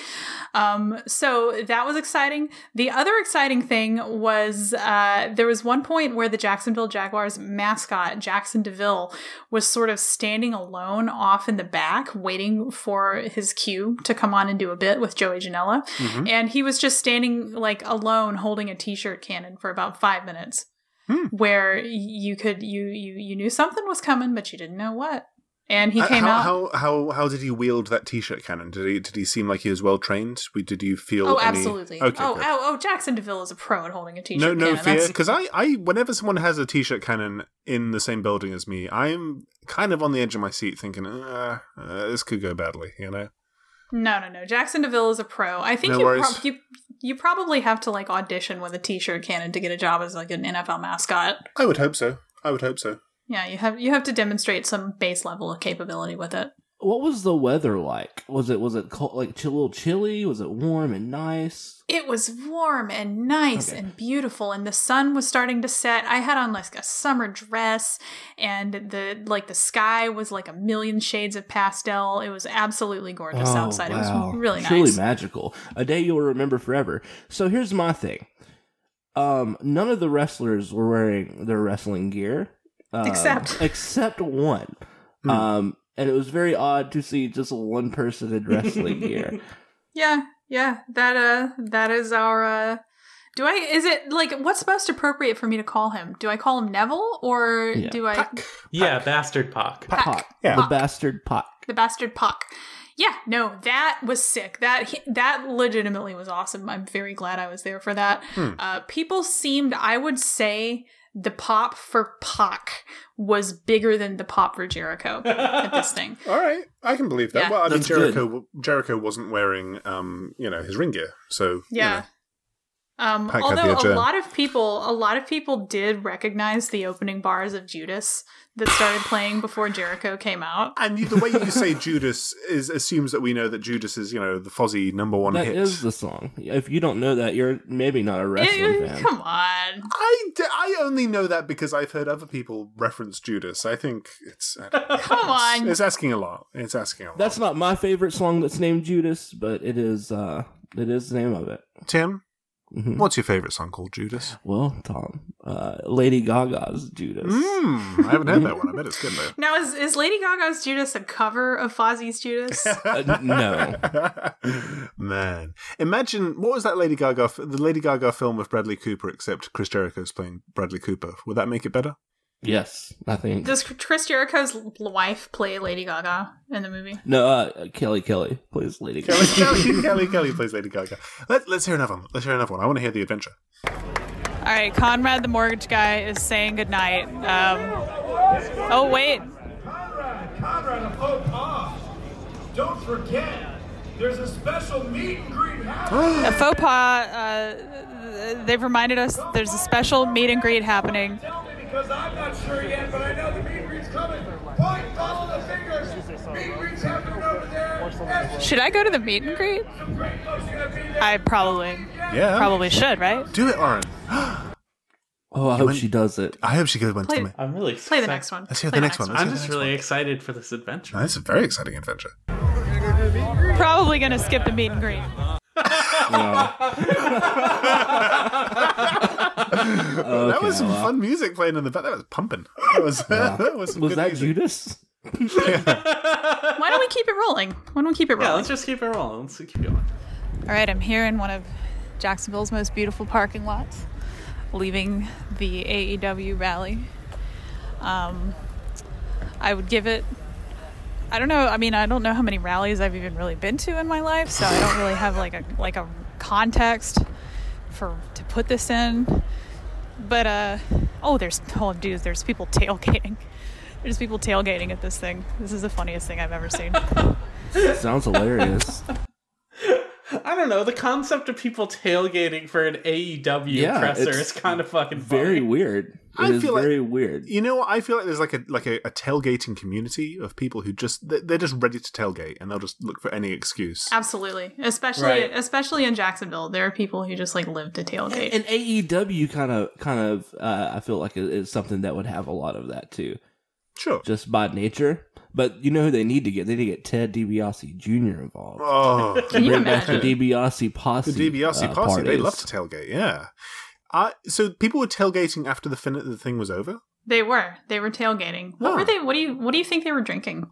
Um, so that was exciting. The other exciting thing was uh, there was one point where the Jacksonville Jaguars mascot Jackson Deville was sort of standing alone off in the back, waiting for his cue to come on and do a bit with Joey Janela.
Mhm.
And he was just standing like alone holding a t-shirt cannon for about five minutes.
Hmm.
Where you could you you you knew something was coming, but you didn't know what. And he
Uh,
came
how,
out.
how how how did he wield that t-shirt cannon? Did he did he seem like he was well trained? We Did you feel?
Oh,
any-
absolutely.
Okay.
oh,
good.
oh, oh, Jackson Deville is a pro at holding a t-shirt.
no, no
cannon.
fear,
That's-
because I, I, whenever someone has a t-shirt cannon in the same building as me, I'm kind of on the edge of my seat, thinking, uh, uh, this could go badly, you know.
No, no, no. Jackson Deville is a pro. I think
No
you,
worries.
prob- you you probably have to like audition with a t-shirt cannon to get a job as like an NFL mascot.
I would hope so. I would hope so.
Yeah, you have you have to demonstrate some base level of capability with it.
What was the weather like? Was it was it cold, like chill, little chilly? Was it warm and nice?
It was warm and nice
Okay.
and beautiful, and the sun was starting to set. I had on like a summer dress, and the like the sky was like a million shades of pastel. It was absolutely
Oh,
gorgeous outside. It was really nice.
Oh, Truly magical. A day you'll remember forever. So here's my thing. Um, none of the wrestlers were wearing their wrestling gear. Um,
Except-
*laughs* except one.
Hmm.
Um, and it was very odd to see just one person in wrestling
*laughs*
gear.
Yeah, yeah. That uh that is our uh do I is it like what's most appropriate for me to call him? Do I call him Neville or
Yeah.
do I
Yeah, bastard Pock.
Puck.
Puck.
Yeah.
The
Puck.
bastard Puck.
the bastard Puck? Yeah, no, that was sick. That that legitimately was awesome. I'm very glad I was there for that.
Hmm.
Uh people seemed I would say the pop for Puck was bigger than the pop for Jericho at this thing.
All right, I can believe that.
Yeah.
well, I mean,
That's good.
Jericho Jericho wasn't wearing, um, you know, his ring gear, so
Yeah. Um,
Pack had the
although a
agenda.
lot of people, a lot of people did recognize the opening bars of Judas that started playing before Jericho came out.
And you, the way you say Judas is assumes that we know that Judas is, you know, the Fozzy number one
That
hit.
is the song. If you don't know that, you're maybe not a wrestling
Eh,
fan.
*laughs* come on,
I, d- I only know that because I've heard other people reference Judas. I think it's I don't
*laughs*
know.
come on.
it's asking a lot. It's asking a lot.
That's not my favorite song that's named Judas, but it is uh it is the name of it.
Tim.
Mhm.
What's your favorite song called Judas?
Well, Tom, uh, Lady Gaga's Judas.
Mm, I haven't heard that one. I bet it's good though.
Now is, is Lady Gaga's Judas a cover of Fozzie's Judas?
Uh, no.
*laughs* Man, imagine what was that Lady Gaga? f- The Lady Gaga film with Bradley Cooper, except Chris Jericho's playing Bradley Cooper. Would that make it better?
Yes, I think.
Does Chris Jericho's l- wife play Lady Gaga in the movie?
no, uh, Kelly Kelly plays Lady Gaga.
Kelly, *laughs* Kelly, Kelly, Kelly plays Lady Gaga. Let, let's hear another one. Let's hear another one. I want to hear the adventure.
All right, Conrad the mortgage guy is saying goodnight. Um, oh, wait.
Conrad, Conrad, hold off. Don't forget, there's a special meet and greet happening.
*gasps* A faux pas. Uh, they've reminded us there's a special meet and greet happening.
Tell me because I'm not sure yet, but I know the meet and greet's coming. Point, follow the fingers. Meet and greet's happening over there. That's
Should I go to the meet and greet?
some great folks are gonna be there.
I probably
Yeah,
probably should, right?
do it, Oren.
Oh, I hope
went-
she does
*laughs*
it.
I hope she goes one
Play-
to me.
I'm really
Play the next one.
Let's hear
Play
the next one. Let's
I'm
hear the
just
next
really excited for this adventure.
one. That's a very exciting adventure.
Probably gonna skip the meet and greet.
that was some
well.
fun music playing in the back. That was pumping. *laughs* That was that was, some
Was
good
that
music.
Judas?
Why don't we keep it rolling? Why don't we keep it
Yeah,
rolling?
let's just keep it rolling. Let's keep going.
All right, I'm here in one of Jacksonville's most beautiful parking lots, leaving the AEW rally. Um, I would give it. I don't know. I mean, I don't know how many rallies I've even really been to in my life, so I don't really have like a like a context for to put this in. But uh, oh, there's oh, dude, there's people tailgating. *laughs* There's people tailgating at this thing. This is the funniest thing I've ever seen.
*laughs*
Sounds hilarious.
I don't know. The concept of people tailgating for an AEW
Yeah,
presser
it's
is kind of fucking
Very
funny.
weird.
I
It is
feel like-
very weird.
You know, what? I feel like there's like a like a, a tailgating community of people who just they- they're just ready to tailgate and they'll just look for any excuse.
Absolutely, especially
Right.
especially in Jacksonville, there are people who just like live to tailgate.
And AEW kind of, kind of, uh, I feel like it is something that would have a lot of that too,
Sure.
just by nature. But you know who they need to get? They need to get Ted DiBiase Jr. involved.
Oh,
Can you
Bring back the
imagine?
DiBiase posse.
the DiBiase
uh,
posse. They
parties.
love to tailgate. Yeah. I, so people were tailgating after the fin- the thing was over.
They were. They were tailgating. What
Oh.
were they? What do you What do you think they were drinking?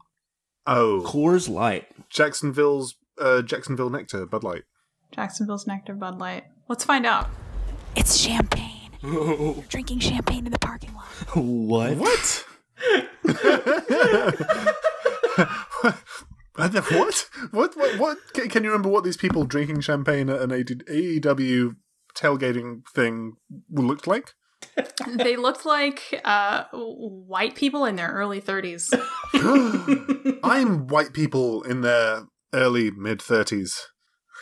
Oh,
Coors Light. *laughs*
Jacksonville's uh, Jacksonville Nectar Bud Light.
Jacksonville's Nectar Bud Light. Let's find out.
*laughs* It's
*laughs*
champagne. You're drinking champagne in the parking lot.
What?
*laughs* What? I don't- what? What? What? What? Can, can you remember what these people drinking champagne at an AD, AEW E tailgating thing looked like?
they looked like uh, white people in their early
*laughs*
thirties.
I'm white people in their early mid thirties.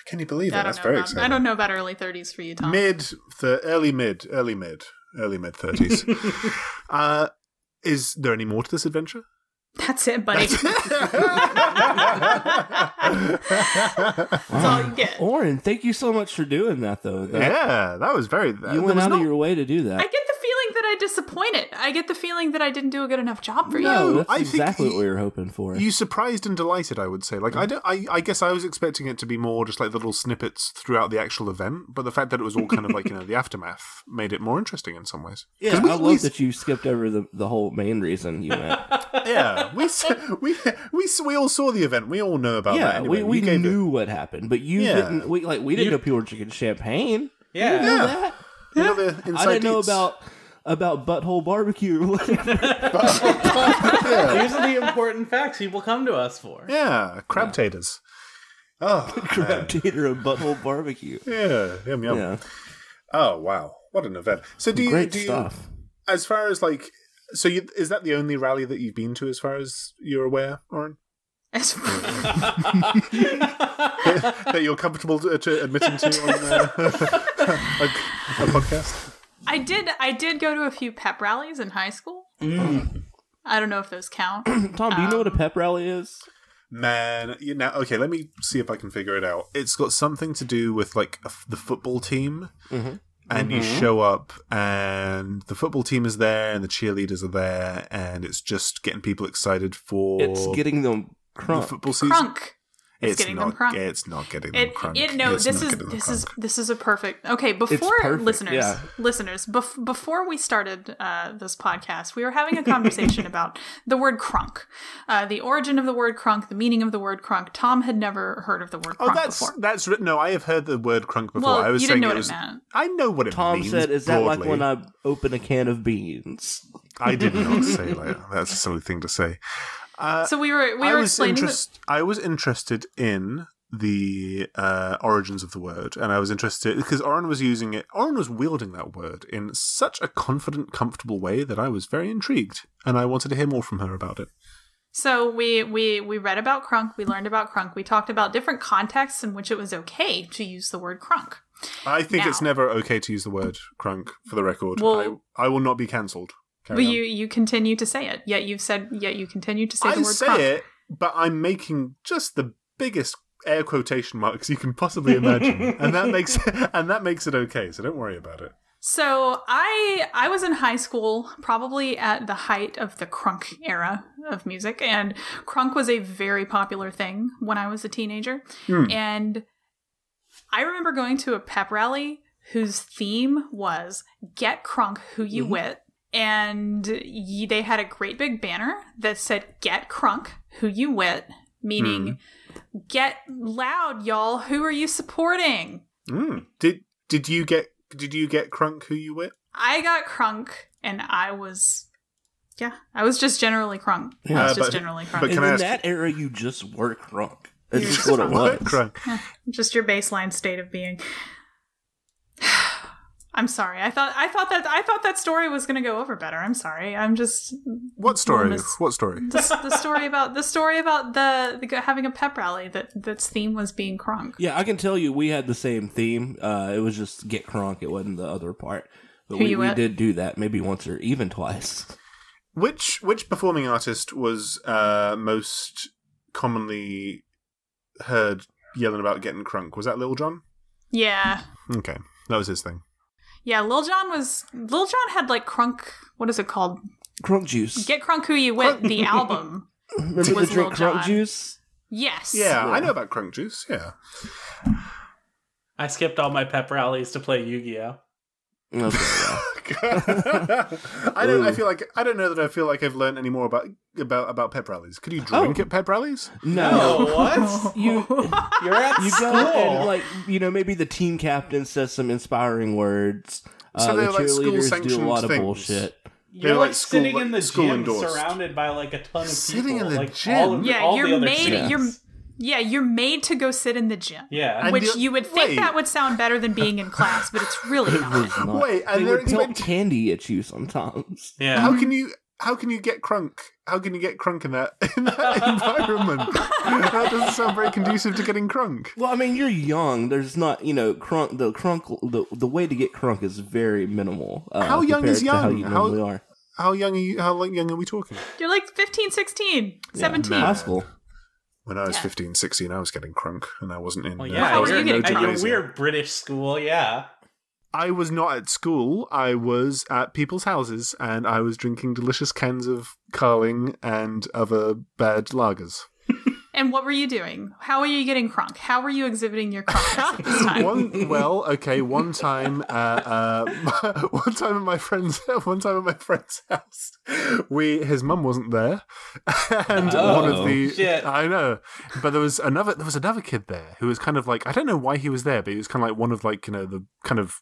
Can you believe
I
it?
don't
That's
know.
very
about, I
exciting.
don't know about early thirties for you, Tom.
Mid, th- early mid, early mid, early mid thirties. uh, is there any more to this adventure?
That's it, buddy.
yeah,
That's all you get.
Oren, thank you so much for doing that, though. That-
that was very. that
you went
was
out
not-
of your way to do that.
*laughs* I get the feeling that I disappointed. I get the feeling that I didn't do a good enough job for
No.
you. *laughs*
no, that's
I think
exactly
you-
what we were hoping for.
You surprised and delighted, I would say. Like I, don't, I, I guess I was expecting it to be more just like little snippets throughout the actual event, but the fact that it was all kind of like you know the aftermath made it more interesting in some ways. 'Cause
yeah,
we-
I love
we-
that you skipped over the, the whole main reason you went.
*laughs* Oh, Yeah, we, s- we we s- we all saw the event. We all know about that.
yeah,
Anyway.
we, we
You gave
knew what happened, but you
Yeah.
didn't. We like we didn't
You-
know people were drinking champagne.
Yeah.
You know
Yeah.
that?
it- you know the inside
I didn't know
deets.
about about butthole barbecue. *laughs* or whatever.
These are the important facts people come to us for.
yeah crab taters. Oh,
Crab tater and butthole barbecue.
yeah, yum yum.
Yeah,
Oh wow, what an event! So do you
great
do you-
stuff.
as far as like so you, is that the only rally that you've been to as far as you're aware, *laughs* Oren?
It's-
that you're comfortable to, to admitting to on uh, *laughs* a, a podcast?
I did. I did go to a few pep rallies in high school.
Mm.
I don't know if those
*clears throat*
count.
Tom, do you
Um,
know what a pep rally is?
Man, you know, okay, let me see if I can figure it out. It's got something to do with like a f the football team.
Mm-hmm.
And you show up, and the football team is there, and the cheerleaders are there, and it's just getting people excited for
It's getting them
Oh. the
crunk.
football season.
Crunk.
It's
getting them
not.
crunk.
It's not getting them
It,
crunk.
it no
It's
this
not
is
getting them
this
crunk.
is this is a perfect okay before
perfect,
listeners
yeah.
listeners bef- before we started uh, this podcast we were having
*laughs*
a conversation about the word crunk uh, the origin of the word crunk the meaning of the word crunk Tom had never heard of the word crunk
Oh, that's
before
that's written. No, I have heard the word crunk before.
well
I was
you
saying
didn't know
it
what
was.
it meant
I know what it
Tom
means.
said, "Is that like
broadly.
when I open a can of beans?"
I
*laughs*
did not say like that. That's a silly thing to say.
so we were we
uh, I
were
was
explaining that-
interest. I was interested in the uh, origins of the word, and I was interested because Oren was using it. Oren was wielding that word in such a confident, comfortable way that I was very intrigued, and I wanted to hear more from her about it.
So we we we read about crunk, we learned about crunk, we talked about different contexts in which it was okay to use the word crunk.
I think it's
Now-
never okay to use the word crunk for the record.
Well-
I, I will not be cancelled. Carry
but
on.
you you continue to say it. Yet you've said yet you continue to say
I
the word
say
crunk.
it, but I'm making just the biggest air quotation marks you can possibly imagine, and that makes *laughs* and that makes it okay. So don't worry about it.
So I I was in high school, probably at the height of the crunk era of music, and crunk was a very popular thing when I was a teenager. And I remember going to a pep rally whose theme was "Get crunk who you wit." and ye, they had a great big banner that said "Get Crunk, who you wit," meaning get loud, y'all. Who are you supporting?
Mm. Did did you get did you get crunk who you wit?
I got crunk, and I was, yeah, I was just generally crunk. I
Yeah,
was
Uh,
just
but-
generally crunk.
but
And
Can I
in
ask-
that era, you just were crunk. That's
You're
just
just
what it was.
crunk.
Crunk.
just your baseline state of being. *sighs* I'm sorry. I thought I thought that I thought that story was going to go over better. I'm sorry. I'm just
What story?
Miss-
What story?
the, the
*laughs*
story about the story about the, the having a pep rally that that's theme was being crunk.
Yeah, I can tell you we had the same theme. Uh, it was just get crunk. It wasn't the other part. But
Who
we,
you
we
at?
did do that maybe once or even twice. *laughs*
Which which performing artist was uh, most commonly heard yelling about getting crunk? Was that Lil Jon?
Yeah.
Okay, that was his thing.
Yeah, Lil Jon was Lil Jon had like crunk what is it called?
Crunk juice.
Get Crunk Who You With the album.
Remember the
was
drink
Lil
crunk
Jon.
juice?
Yes.
Yeah, I know about crunk juice. *laughs* Yeah,
I skipped all my pep rallies to play Yu Gi Oh.
*laughs*
Okay, yeah.
I don't. I feel like I don't know that I feel like I've learned any more about about about pep rallies. Could you drink at pep rallies?
No.
Oh,
*laughs* what?
You
You're at
you
school.
go and like you know maybe the team captain says some inspiring words.
So
uh, the
they're, like, school
cheerleaders do
sanctioned
a lot of
things.
bullshit.
You're
They're,
like,
like, school-
sitting in the
school
gym,
endorsed.
surrounded by like a ton of
Sitting
people.
in the
like,
gym?
All of,
Yeah,
all the
you're
other
made
students.
you're yeah, you're made to go sit in the gym.
yeah.
And
Which
you're-
you would think
wait.
that would sound better than being in class, but it's really not.
It's not-
Wait, and
they
they're
would tilt
expect-
candy at you sometimes.
yeah.
How can you? How can you get crunk? How can you get crunk in that *laughs* in that environment? that doesn't sound very conducive to getting crunk.
Well, I mean, you're young. There's not, you know, crunk. The crunk, the, the way to get crunk is very minimal. Uh,
How young is
compared to How
young?
you
How-
normally are.
How young are you? How like, young are we talking?
You're like 15, 16, 17.
Yeah.
High school.
When I was fifteen, sixteen, 15, 16, I was getting crunk, and I wasn't in.
Well,
uh,
yeah,
How
I
are
was
you
you're
in
getting
no
at
drunk?
your
gymnasium.
weird British school, yeah.
I was not at school. I was at people's houses, and I was drinking delicious cans of Carling and other bad lagers.
And what were you doing? How were you getting crunk? How were you exhibiting your crunk at this time?
one well okay one time uh, uh *laughs* one time at my friend's *laughs* one time at my friend's house we his mum wasn't there *laughs* and one of the
shit.
i know but there was another there was another kid there who was kind of like i don't know why he was there but he was kind of like one of like you know the kind of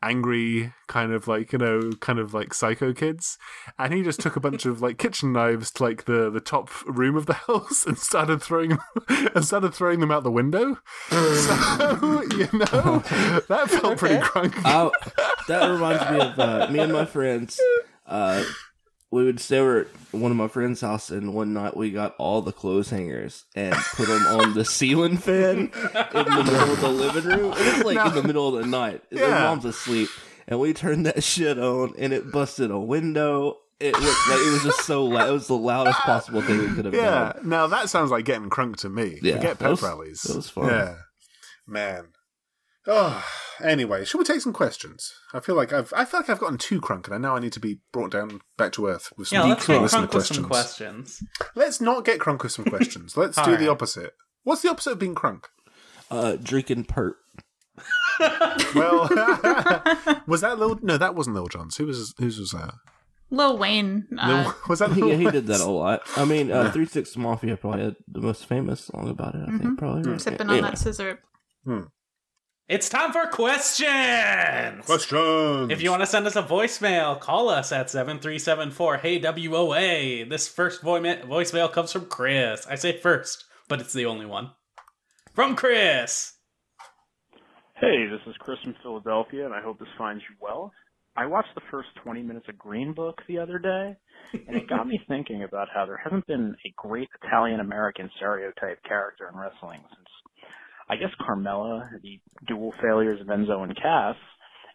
angry kind of like you know kind of like psycho kids and he just took a bunch of like kitchen knives to like the the top room of the *laughs* house and started throwing and started throwing them out the window *laughs* so you know that felt pretty crunk
I, that reminds me of uh, me and my friends. Uh, we would stay over at one of my friend's house, and one night we got all the clothes hangers and put them on the ceiling fan in the middle of the living room. It was like in the middle of the night.
Yeah.
My mom's asleep, and we turned that shit on, and it busted a window. It was like it was just so loud. It was the loudest possible thing we could have
yeah
done.
now that sounds like getting crunk to me
Yeah,
forget
that
pep
was-
rallies
that was fun.
yeah man oh anyway should we take some questions i feel like i've i feel like i've gotten too crunk and i now i need to be brought down back to earth with some
Yeah, let's get
listener
crunk with some questions.
Let's not get crunk with some questions. Let's do
Alright.
the opposite. What's the opposite of being crunk?
Uh, drinking perp.
Well, *laughs* was that Lil? No, that wasn't Lil Jon's. Who was whose was that?
Lil Wayne. Uh,
Lil, *laughs* was that Lil
Yeah, he did that a lot. I mean, uh, Three Six Mafia probably had the most famous song about it. I think probably. right?
Mm-hmm. sipping on
Anyway.
that scissor.
It's time for questions!
Questions.
If you want to send us a voicemail, call us at 7374 Hey WOA. This first voi- voicemail comes from Chris. I say first, but it's the only one. From Chris!
Hey, this is Chris from Philadelphia, and I hope this finds you well. I watched the first 20 minutes of Green Book the other day, and it got me thinking about how there hasn't been a great Italian American stereotype character in wrestling since, I guess, Carmella, the dual failures of Enzo and Cass.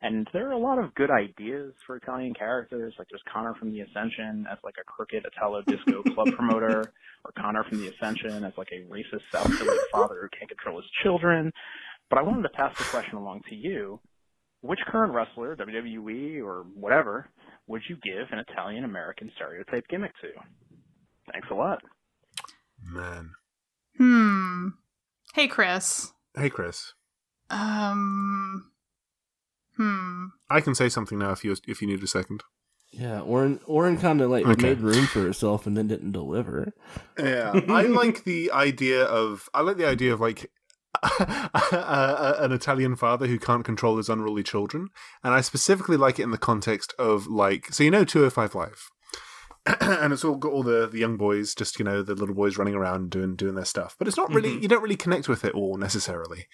And there are a lot of good ideas for Italian characters, like there's Connor from the Ascension as like a crooked Italo disco club promoter, or Connor from the Ascension as like a racist South Philly father who can't control his children. But I wanted to pass the question along to you. Which current wrestler, WWE or whatever, would you give an Italian American stereotype gimmick to? Thanks a lot.
Man,
Hmm. Hey, Chris.
hey Chris,
Um. Hmm.
I can say something now if you if you need a second.
Yeah, Orin Orin kind of like
Okay.
made room for herself and then didn't deliver.
Yeah, I like the idea of I like the idea of like *laughs* an Italian father who can't control his unruly children, and I specifically like it in the context of like so you know 205 Live, *clears throat* and it's all got all the the young boys just you know the little boys running around doing doing their stuff, but it's not
Mm-hmm.
really you don't really connect with it all necessarily.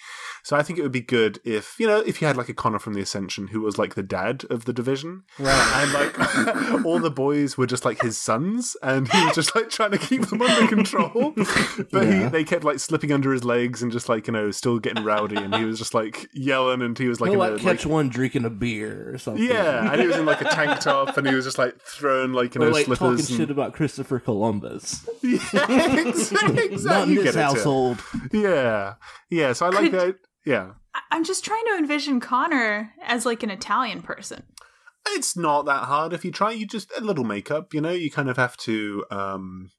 So I think it would be good if you know if you had like a Connor from the Ascension who was like the dad of the division, and like *laughs* all the boys were just like his sons, and he was just like trying to keep them under
*laughs*
control. But he,
Yeah.
they kept like slipping under his legs and just like you know still getting rowdy, and he was just like yelling, and he was like,
He'll
in
like
a,
catch
like-
one drinking a beer or something.
yeah, *laughs* and he was in like a tank top, and he was just like throwing like you know
Or like talking
slippers.
shit
And...
about Christopher Columbus.
*laughs* Yeah, exactly.
*laughs* Not in
You get it,
this
yeah.
household.
Yeah, yeah. So I like
Could-
that. Yeah.
I- I'm just trying to envision Connor as like an Italian person.
it's not that hard if you try you just a little makeup you know you kind of have to um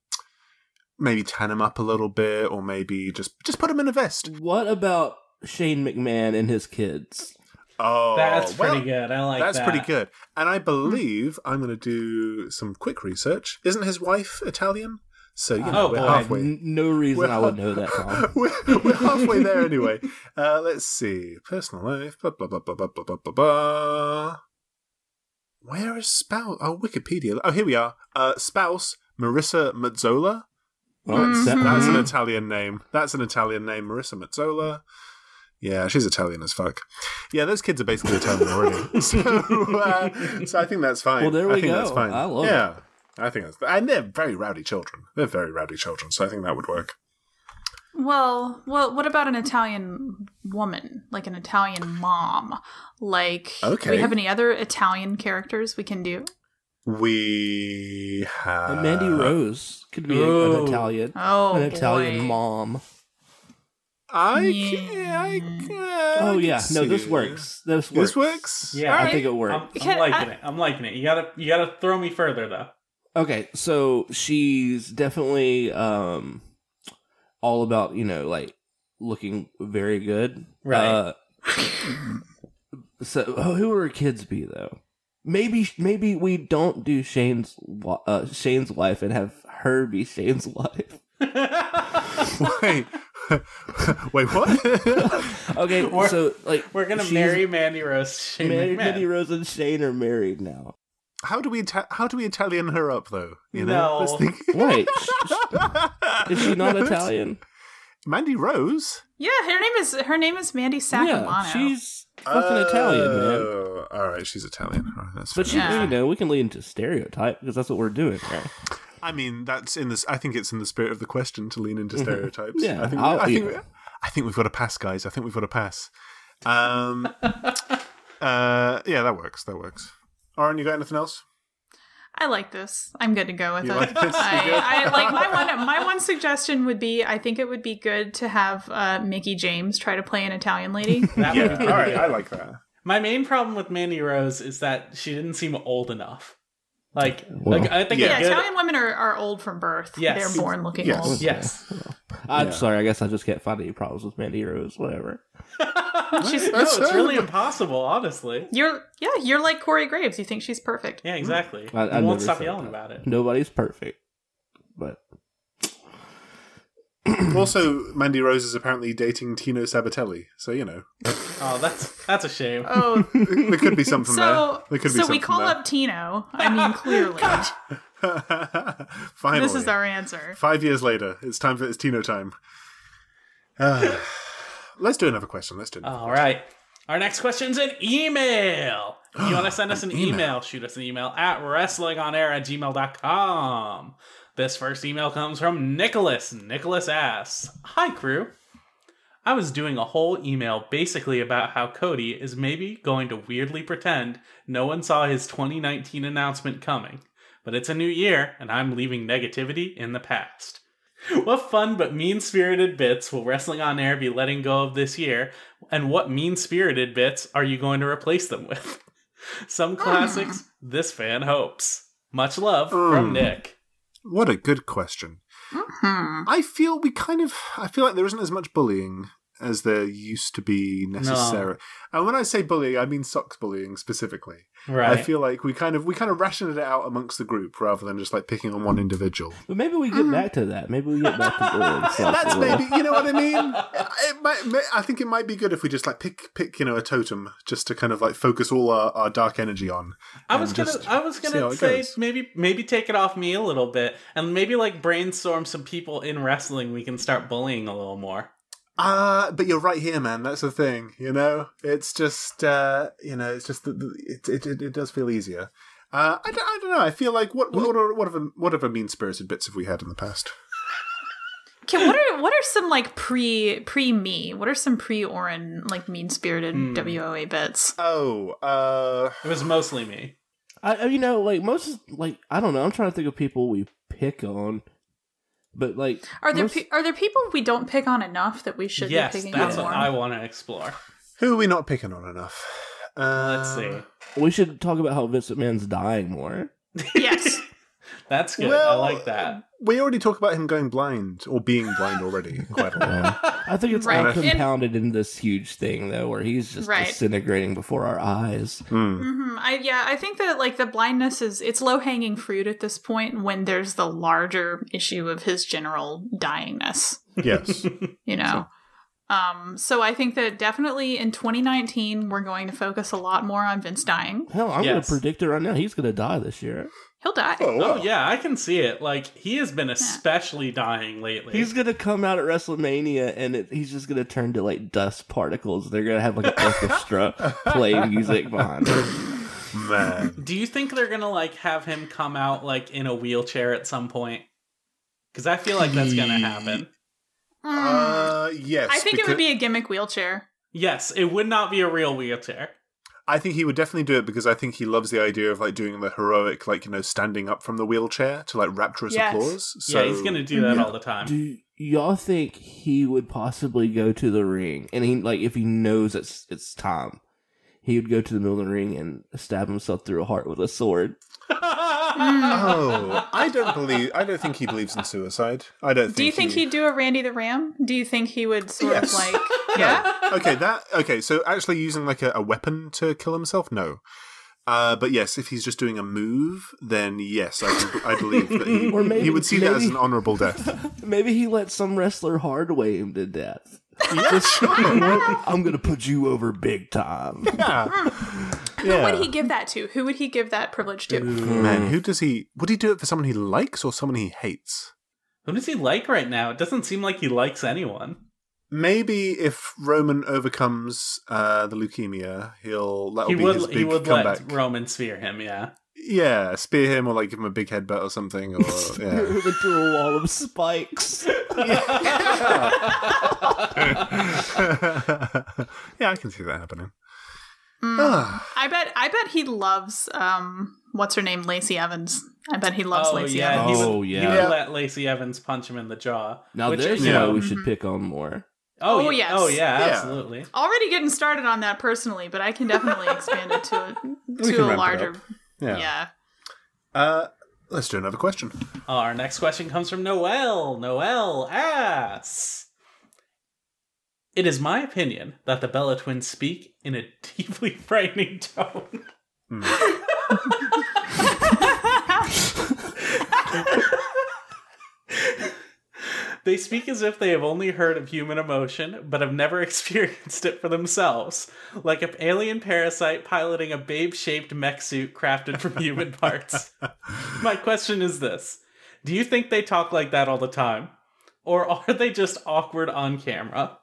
maybe tan him up a little bit or maybe just just put him in a vest
What about Shane McMahon and his kids?
oh
That's
well,
pretty good. I like
that's
that.
pretty good and i believe i'm going to do some quick research isn't his wife italian so you know
Oh,
we're
boy.
halfway
N- no reason
Well-
I would know that. Tom.
*laughs* we're, we're halfway there anyway. Uh, let's see. Personal life. Blah blah blah blah blah blah blah blah. blah. Where is spouse? Oh, Wikipedia. Oh, here we are. Uh, spouse Marissa Mazzola.
Well,
Mm-hmm.
it's Oh, that-
That's an Italian name. That's an Italian name, Marissa Mazzola. Yeah, she's Italian as fuck. Yeah, those kids are basically Italian
*laughs*
already. *laughs* so, uh, so I think that's fine.
Well, there we
I think
go.
That's fine.
I love
yeah, I think that's and they're very rowdy children. They're very rowdy children. So I think that would work.
Well, well, what about an Italian woman, like an Italian mom? Like, do
Okay.
we have any other Italian characters we can do?
We have
And Mandy Rose could be a-
Ooh.
an Italian,
Oh,
an Italian
boy.
mom.
I
Yeah.
can, I can,
Oh
I
yeah,
can
no,
see
this
it.
works. This works.
This works.
Yeah.
I
Alright.
think it worked.
I'm, I'm
Can
liking
I-
it. I'm liking it. You gotta you gotta throw me further though. *laughs*
Okay, so she's definitely um all about, you know, like looking very good.
Right.
Uh, so oh, who would her kids be though? Maybe maybe we don't do Shane's wa- uh, Shane's wife and have her be Shane's *laughs* wife.
Wait, *laughs* wait,
*laughs*
what?
Okay,
*laughs* We're-
so like
We're gonna
she's-
marry Mandy Rose. *laughs* Shane
Mandy,
McMahon.
Mandy Rose and Shane are married now.
how do we Ita- how do we Italian her up though? You
No.
know, Let's think- *laughs*
Wait, sh- is she not Italian?
Mandy Rose.
Yeah, her name is her name is Mandy Sacamano.
Yeah, she's fucking Italian, man.
Oh, All right, she's Italian. All right, that's
But she,
fair.
Yeah.
you know, we can lead into stereotype because that's what we're doing.
*laughs*
Right?
I mean, that's in this. I think it's in the spirit of the question to lean into stereotypes.
*laughs* Yeah,
I think.
I'll-
I think.
yeah.
I think we've got a pass, guys. I think we've got a pass. Um, uh, yeah, that works. That works. Aaron, you got anything else?
I like this. I'm good to go with
You
it.
like this? You good?
I, I like my one. My one suggestion would be: I think it would be good to have uh, Mickey James try to play an Italian
*laughs*
lady.
That
*laughs*
Yeah.
would be
All
pretty
right,
good.
I like that.
My main problem with Mandy Rose is that she didn't seem old enough. Like,
Well,
like I think
yeah,
a good,
Italian women are, are old from birth.
Yes.
They're born looking
Yes.
old.
*laughs*
yes,
I'm
Yeah.
sorry. I guess I just can't find any problems with Mandy Rose. Whatever.
She's- no, it's really impossible, honestly.
You're yeah, you're like Corey Graves. You think she's perfect.
Yeah, exactly.
I, I
you
never
won't stop
said
yelling
that. *laughs*
about it.
Nobody's perfect, but
Also, Mandy Rose is apparently dating Tino Sabatelli, so you know
Oh, that's that's a shame.
Oh,
there could be something
so
there. There could be
so we
something
call up Tino. I mean, clearly,
there. *laughs* Finally,
this is our answer.
five years later. It's time for it's Tino time. *sighs* Ah. let's do another question. Let's do.
Uh.
Another.
All right. Our next question's an email. If You want
*gasps*
to send us an
An email.
email? Shoot us an email at wrestlingonair at gmail.com. This first email comes from Nicholas. Nicholas asks Hi, crew. I was doing a whole email basically about how Cody is maybe going to weirdly pretend no one saw his 2019 announcement coming, but it's a new year and I'm leaving negativity in the past. What fun but mean spirited bits will Wrestling on Air be letting go of this year, and what mean spirited bits are you going to replace them with? *laughs* Some
Hmm.
classics, this fan hopes. Much love
Mm.
from Nick.
What a good question. I feel we kind of. I feel like there isn't as much bullying as there used to be necessarily. And when I say bullying, I mean socks bullying specifically.
Right.
I feel like we kind of we kind of rationed it out amongst the group rather than just like picking on one individual.
But maybe we get
Mm-hmm.
back to that. Maybe we get
*laughs*
back to bullying.
That's maybe you know what I *laughs* mean. It might, may- I think it might be good if we just like pick pick you know a totem just to kind of like focus all our, our dark energy on.
I
and
was gonna,
just
I was
see how
gonna
it
say
goes.
maybe, maybe take it off me a little bit, and maybe like brainstorm some people in wrestling we can start bullying a little more.
Uh, but you're right here, man. That's the thing. You know, it's just uh, you know, it's just the, the, it, it it it does feel easier. Uh, I don't, I don't know. I feel like what what what what other what other mean spirited bits have we had in the past?
Can, what are what are some like pre pre me? What are some pre Orin like mean spirited WOA bits?
Oh, uh,
It was mostly me.
I, I- you know, like most, like I don't know. I'm trying to think of people we pick on, but like,
Are there
most-
pe- are there people we don't pick on enough that we should
yes,
be picking
that's
on
what
more?
I want to explore.
who are we not picking on enough? Uh,
Let's see.
we should talk about how Vincent Man's dying more.
yes,
That's good. I
well,
like that.
We already talk about him going blind or being blind already quite a lot.
I think it's all
Right. And-
compounded in this huge thing though, where he's just
Right.
disintegrating before our eyes.
Hmm.
hmm I yeah, I think that like the blindness is it's low hanging fruit at this point when there's the larger issue of his general dyingness. *laughs*
Yes.
you know. Um, so I think that definitely in 2019 we're going to focus a lot more on Vince dying.
Hell, I'm
Yes.
gonna predict it right now. He's gonna die this year.
He'll die.
Oh yeah, I can see it. Like he has been especially dying lately.
He's gonna come out at WrestleMania and it, he's just gonna turn to like dust particles. They're gonna have like an *laughs* orchestra play music behind him.
Oh,
man.
Do you think they're gonna like have him come out like in a wheelchair at some point? Because I feel like that's gonna happen.
Mm.
Uh, yes.
I think it would
because-
be a gimmick wheelchair.
Yes, it would not be a real wheelchair.
I think he would definitely do it because I think he loves the idea of like doing the heroic, like you know, standing up from the wheelchair to like rapturous
Yes.
applause. So
yeah, he's gonna do that all the time.
Do y'all think he would possibly go to the ring and he like if he knows it's it's time, he would go to the middle of the ring and stab himself through a heart with a sword.
Oh, I don't believe. I don't think he believes in suicide. I don't. Think
Do you think he'd do a Randy the Ram? Do you think he would sort
Yes.
of like yeah?
okay, that okay. So actually, using like a, a weapon to kill himself, no. Uh, but yes, if he's just doing a move, then yes, I, can- I believe that he,
*laughs*
Or maybe-
he would see that as
maybe-
an honourable death.
Maybe he let some wrestler hardway him to death.
yeah, *laughs* sure.
*laughs* I'm gonna put you over big time.
yeah.
Who
Yeah.
would he give that to? Who would he give that privilege to?
Man, who does he? Would he do it for someone he likes or someone he hates?
Who does he like right now? It doesn't seem like he likes anyone.
Maybe if Roman overcomes uh, the leukemia, he'll that'll
He
be his
would
big
he would let
comeback.
Roman spear him, yeah.
yeah, spear him or like give him a big headbutt or something. Or yeah. *laughs*
Spear him *laughs* into a wall of spikes.
yeah, I can see that happening. Ah,
I bet I bet he loves um what's her name Lacey Evans. I bet he loves
oh
Lacey
yeah,
Evans.
he would,
Oh,
he
yeah.
would
Yeah.
let Lacey Evans punch him in the jaw.
Now
which
there's
is-
Yeah.
why we should pick on more.
Oh,
Oh,
yeah.
yes.
Oh yeah,
Yeah.
absolutely.
Already getting started on that personally, but I can definitely expand it to
*laughs*
a
can
to
ramp
a
it
larger
up. yeah.
yeah.
Uh, let's do another question.
Our next question comes from Noel. Noel asks It is my opinion that the Bella twins speak in a *laughs* deeply frightening tone. *laughs* they speak as if they have only heard of human emotion, but have never *laughs* experienced it for themselves, like an alien parasite piloting a babe shaped mech suit crafted from human parts. My question is this Do you think they talk like that all the time? Or *laughs* are they just awkward on camera?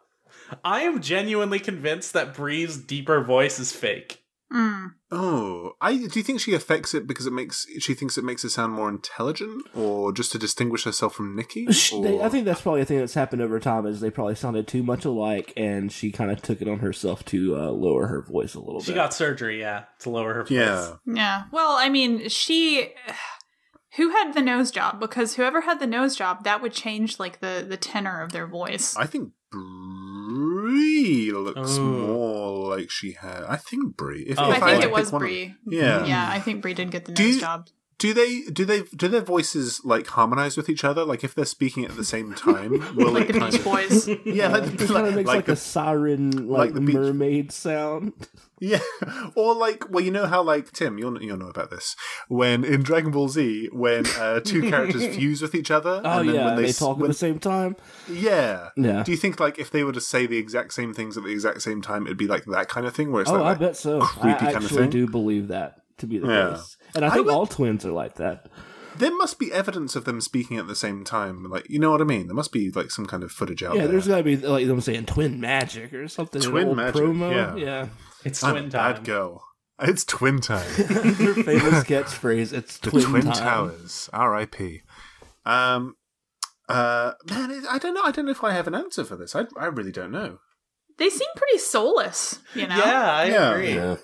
I am genuinely convinced that Bree's deeper voice is fake.
Mm.
Oh, I do you think she affects it because it makes she thinks it makes her sound more intelligent, or just to distinguish herself from Nikki?
Sh-
Or-
they- I think that's probably a thing that's happened over time is they probably sounded too much alike, and she kind of took it on herself to uh, lower her voice a little
She
bit.
got surgery, yeah, to lower her voice.
yeah,
Yeah. Well, I mean, she *sighs* who had the nose job because whoever had the nose job that would change like the the tenor of their voice.
I think Brie looks
Oh.
Ooh.
more like she had. I think Brie. If,
Oh,
if
I think
had to
it was Mm-hmm.
pick one of-
Bree.
Yeah.
Yeah, I think Bree did get the
Do
nose
*laughs* you-
job.
Do they do they do their voices like harmonize with each other? Like if they're speaking at the same
*laughs*
time, will
like
it
the
kind
Beach
of,
Boys.
yeah, like,
It kind of makes like,
like
a,
the-
siren, like,
like the beach-
mermaid sound.
*laughs* Yeah, or like, well, you know how like Tim, you'll you'll know about this when in Dragon Ball Z, when uh, two
*laughs*
characters fuse with each other,
Oh yeah,
when
they,
s-
talk
when-
at the same time.
*laughs* yeah,
Yeah.
Do you think like if they were to say the exact same things at the exact same time, it'd be like that kind of thing? Where it's
Oh,
like,
I bet so. I
creepy
actually
kind of thing.
do believe that to be the
Yeah.
case, and I
I
think
would-
all twins are like that.
there must be evidence of them speaking at the same time. Like, you know what I mean? There must be like some kind of footage out
Yeah,
there.
there's got to be like them saying twin magic or something. in an
Twin
old
magic,
promo.
yeah. *laughs*
yeah.
It's
I'm
twin
a
time.
bad girl. It's twin time.
*laughs* Your famous catchphrase, it's
The
twin,
Twin
time.
Towers, R.I.P. Um, uh, man, it, I don't know. I don't know if I have an answer for this. I, I really don't
*laughs*
know. *laughs*
They seem pretty soulless, you know.
Yeah, I
Yeah.
agree.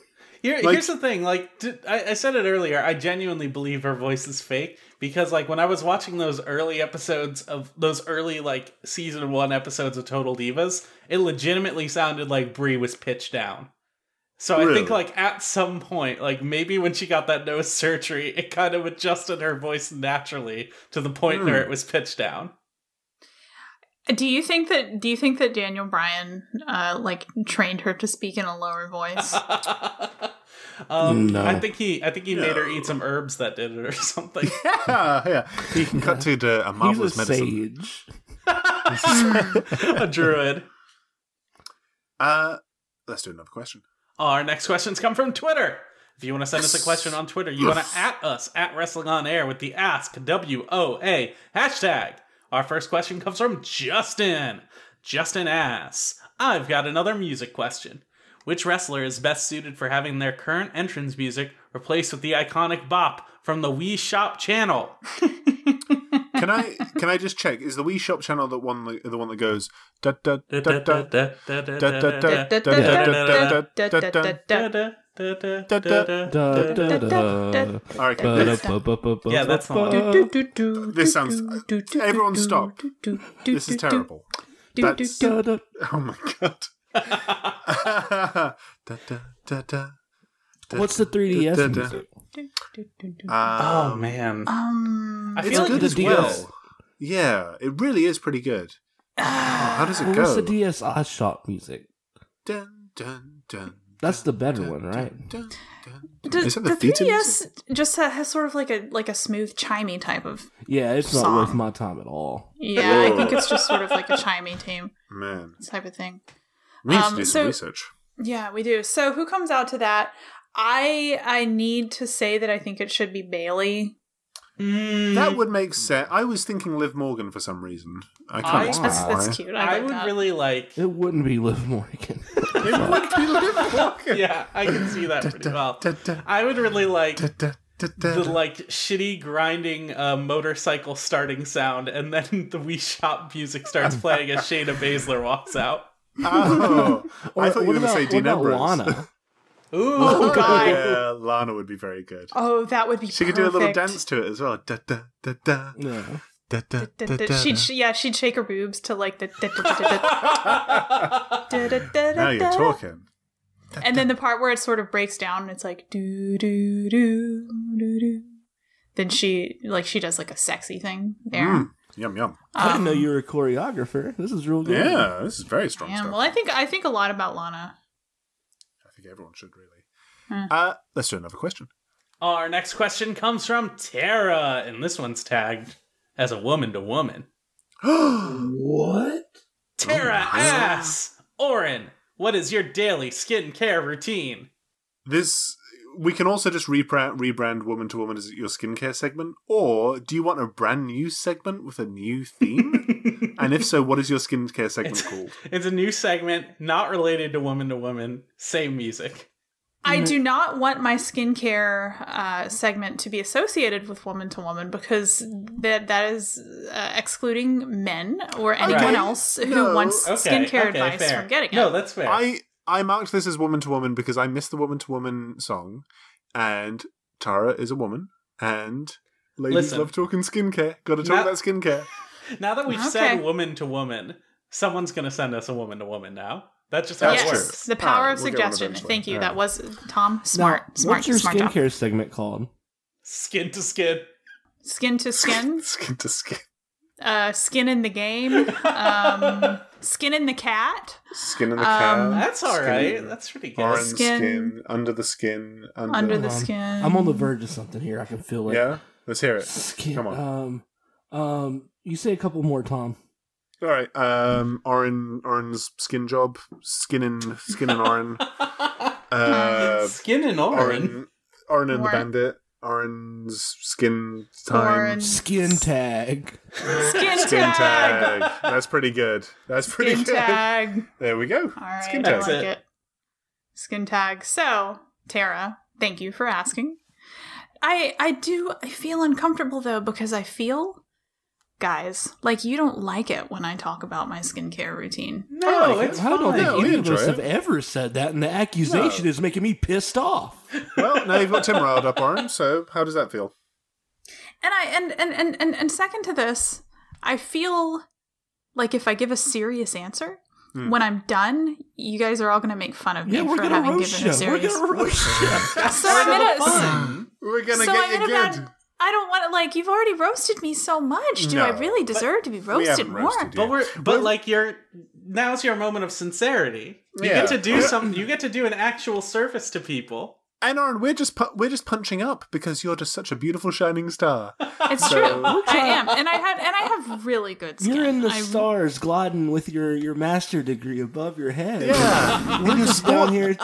Here,
Like-
here's the thing. Like d I I I said it earlier, I genuinely believe her voice is fake because, like, when I was watching those early episodes of those early like season one episodes of Total Divas, it legitimately sounded like Brie was pitched down. So I think,
Really?
like, at some point, like maybe when she got that nose surgery, it kind of adjusted her voice naturally to the point
Hmm.
where it was pitched down.
Do you think that do you think that Daniel Bryan uh like trained her to speak in a lower
*laughs*
voice?
um,
No.
I think he, I think he made her
No.
eat some herbs that did it or *laughs* something.
Yeah, yeah. He can cut to the, a
He's a
marvelous medicine.
sage.
a druid.
Uh, let's do another question.
Our next questions come from Twitter. If you want to send us a question on Twitter, you
*laughs*
want to at us at Wrestling On Air with the Ask W O A hashtag. Our first question comes from Justin. Justin asks, "I've got another music question. Which wrestler is best suited for having their current entrance music replaced with the iconic bop from the Wii Shop channel?"
Can I can I just check? Is the Wii Shop channel the one that- the one that goes da da da da da da
Da- da- da- da- da- da- da- da- da-
Da, da,
da- da-
da.
All
da-
right,
Uh,
this,
da-
Ba-da-ba-ba-ba-ba.
Yeah, that's the one.
do- do- do-
This
do-
sounds-
do- do-
everyone
do-
stop.
do- do- do-
this is
do- do-
terrible.
do- do-
That's,
do.
Da-da.
oh my god. *laughs* da, da, da, da.
What's the 3DS
Da-da.
music?
Uh,
Oh man,
Um,
I
it's
feel like
good
it
as
is
well. Yeah, it really is pretty good. Oh, how does it
Well, Ah, What's
go?
the DSi shop music?
dun, dun, dun,
That's the
dun,
better
dun,
one,
dun,
right?
dun, dun, dun.
d-
Is that the
the
Vita
3DS just ha- has sort of like a like a smooth chimey type of
Yeah, it's not
Song.
worth my time at all.
yeah. I
Whoa.
think it's just sort of like a chimey team
Man,
type of thing.
we need
Um,
to do
so-
some research.
Yeah, we do. So who comes out to that? I I need to say that I think it should be Bailey.
Hmm.
That would make sense. I was thinking Liv Morgan for some reason. I can't
I-
explain
That's
why.
that's cute. I,
I
like
would
that.
really like
*laughs*
It wouldn't be Liv Morgan.
It would be Liv Morgan.
yeah, I can see that pretty well.
*laughs* Da, da,
I would really like
da, da, da, da,
the
da.
like shitty grinding uh, motorcycle starting sound, and then *laughs* the Wii Shop music
*laughs*
starts playing as Shayna Baszler walks out.
Oh, *laughs* I thought you were going to
What about-
say
what
Dean
about
Ambrose. *laughs*
Lana?
Ooh,
Yeah, Lana would be very good.
Oh, that would be.
She could do a little
perfect.
dance to it as well. Da, da, da, da,
No.
da, da,
Da-
da,
da-
da.
She'd, she- yeah, she'd shake her boobs to like the. da- da- da- da-
*laughs*
da- da- da- da-
Now you're
da-
talking.
And then the part where it sort of breaks down and it's like do do do do do. Then she like she does like a sexy thing there.
Mm, yum, yum.
I didn't know you were a choreographer. This is real good.
Yeah, this is very strong
Mm. Yeah,
stuff.
well, I think I think a lot about Lana.
I think everyone should really.
Hmm.
Uh, let's do another question.
*laughs*
*gasps*
Our next question comes from Tara, and this one's tagged as a woman to woman.
What?
Tara
Oh, my.
asks, Orin, what is your daily skincare routine?
this we can also just rebrand, rebrand woman to woman as your skincare segment or do you want a brand new segment with a new theme and if so what is your skincare segment called
It's a new segment, not related to woman to woman, same music.
I do not want my skincare uh, segment to be associated with woman to woman because that that is uh, excluding men or anyone
Right.
else who
No.
wants
Okay,
skincare
okay,
advice
fair.
from getting it.
No, that's fair.
i i marked this as woman to woman because i missed the woman to woman song and tara is a woman and ladies
Listen.
love talking skincare gotta talk
Now-
about skincare
Now that we've
Okay.
said woman to woman, someone's going to send us a woman to woman now. That's just how
That's
it
true.
works.
yes, the power
Alright,
of
we'll get one
suggestion.
eventually.
Thank you.
Alright.
That was Tom smart,
Now,
smart,
What's your
smart job.
skincare segment called?
Skin to skin.
Skin to skin,
Skin to skin.
uh, skin in the game, um, skin in the cat,
Skin in the
Um,
cat.
That's all
skin
right.
in-
That's pretty good.
Orange
Skin.
skin. under the skin, under,
under
Um,
the skin.
I'm on the verge of something here. I can feel it.
Yeah, let's hear it.
Skin-
Come on.
Um, um, you say a couple more, Tom.
All right. Um, Orin, Orin's skin job, skinning, skinning Orin. Uh,
skin and orange.
Orin, Orin and the
Orin.
bandit. Orin's skin time.
Orin.
*laughs* Skin tag.
Skin,
Skin
tag.
tag. That's pretty good. That's pretty *laughs*
Skin
good.
tag.
There we go.
All right,
Skin
I
tag.
like
That's
it.
it.
Skin tag. So, Tara, thank you for asking. I I do I feel uncomfortable though because I feel guys like you don't like it when I talk about my skincare routine.
No,
like it.
it's
I don't
fine.
think
No, we
any of
enjoy
us
it.
have ever said that, and the accusation
No.
is making me pissed off.
Well, now you've
*laughs*
got Tim riled up, Orin. So how does that feel?
And I and and and and, and second to this, I feel like if I give a serious answer,
Hmm.
when I'm done, you guys are all going to make fun of me
Yeah, we're
for
gonna
having given
roast you.
a
We're
serious.
gonna
*laughs*
roast you.
so I'm in a-
We're gonna
So
get
I
you
ended
good.
up I don't want to like you've already roasted me so much. Do I
No,
really deserve to be roasted
haven't
more?
roasted
But we're but
Well-
like you're now's your moment of sincerity. You
Yeah.
get to do some you get to do an actual service to people.
And Orin, we're just pu- we're just punching up because you're just such a beautiful shining
*laughs*
star.
It's
So-
true. I am, and I had and I have really good skin.
You're in the
I-
stars, gliding with your your master degree above your head.
Yeah.
we're just down here,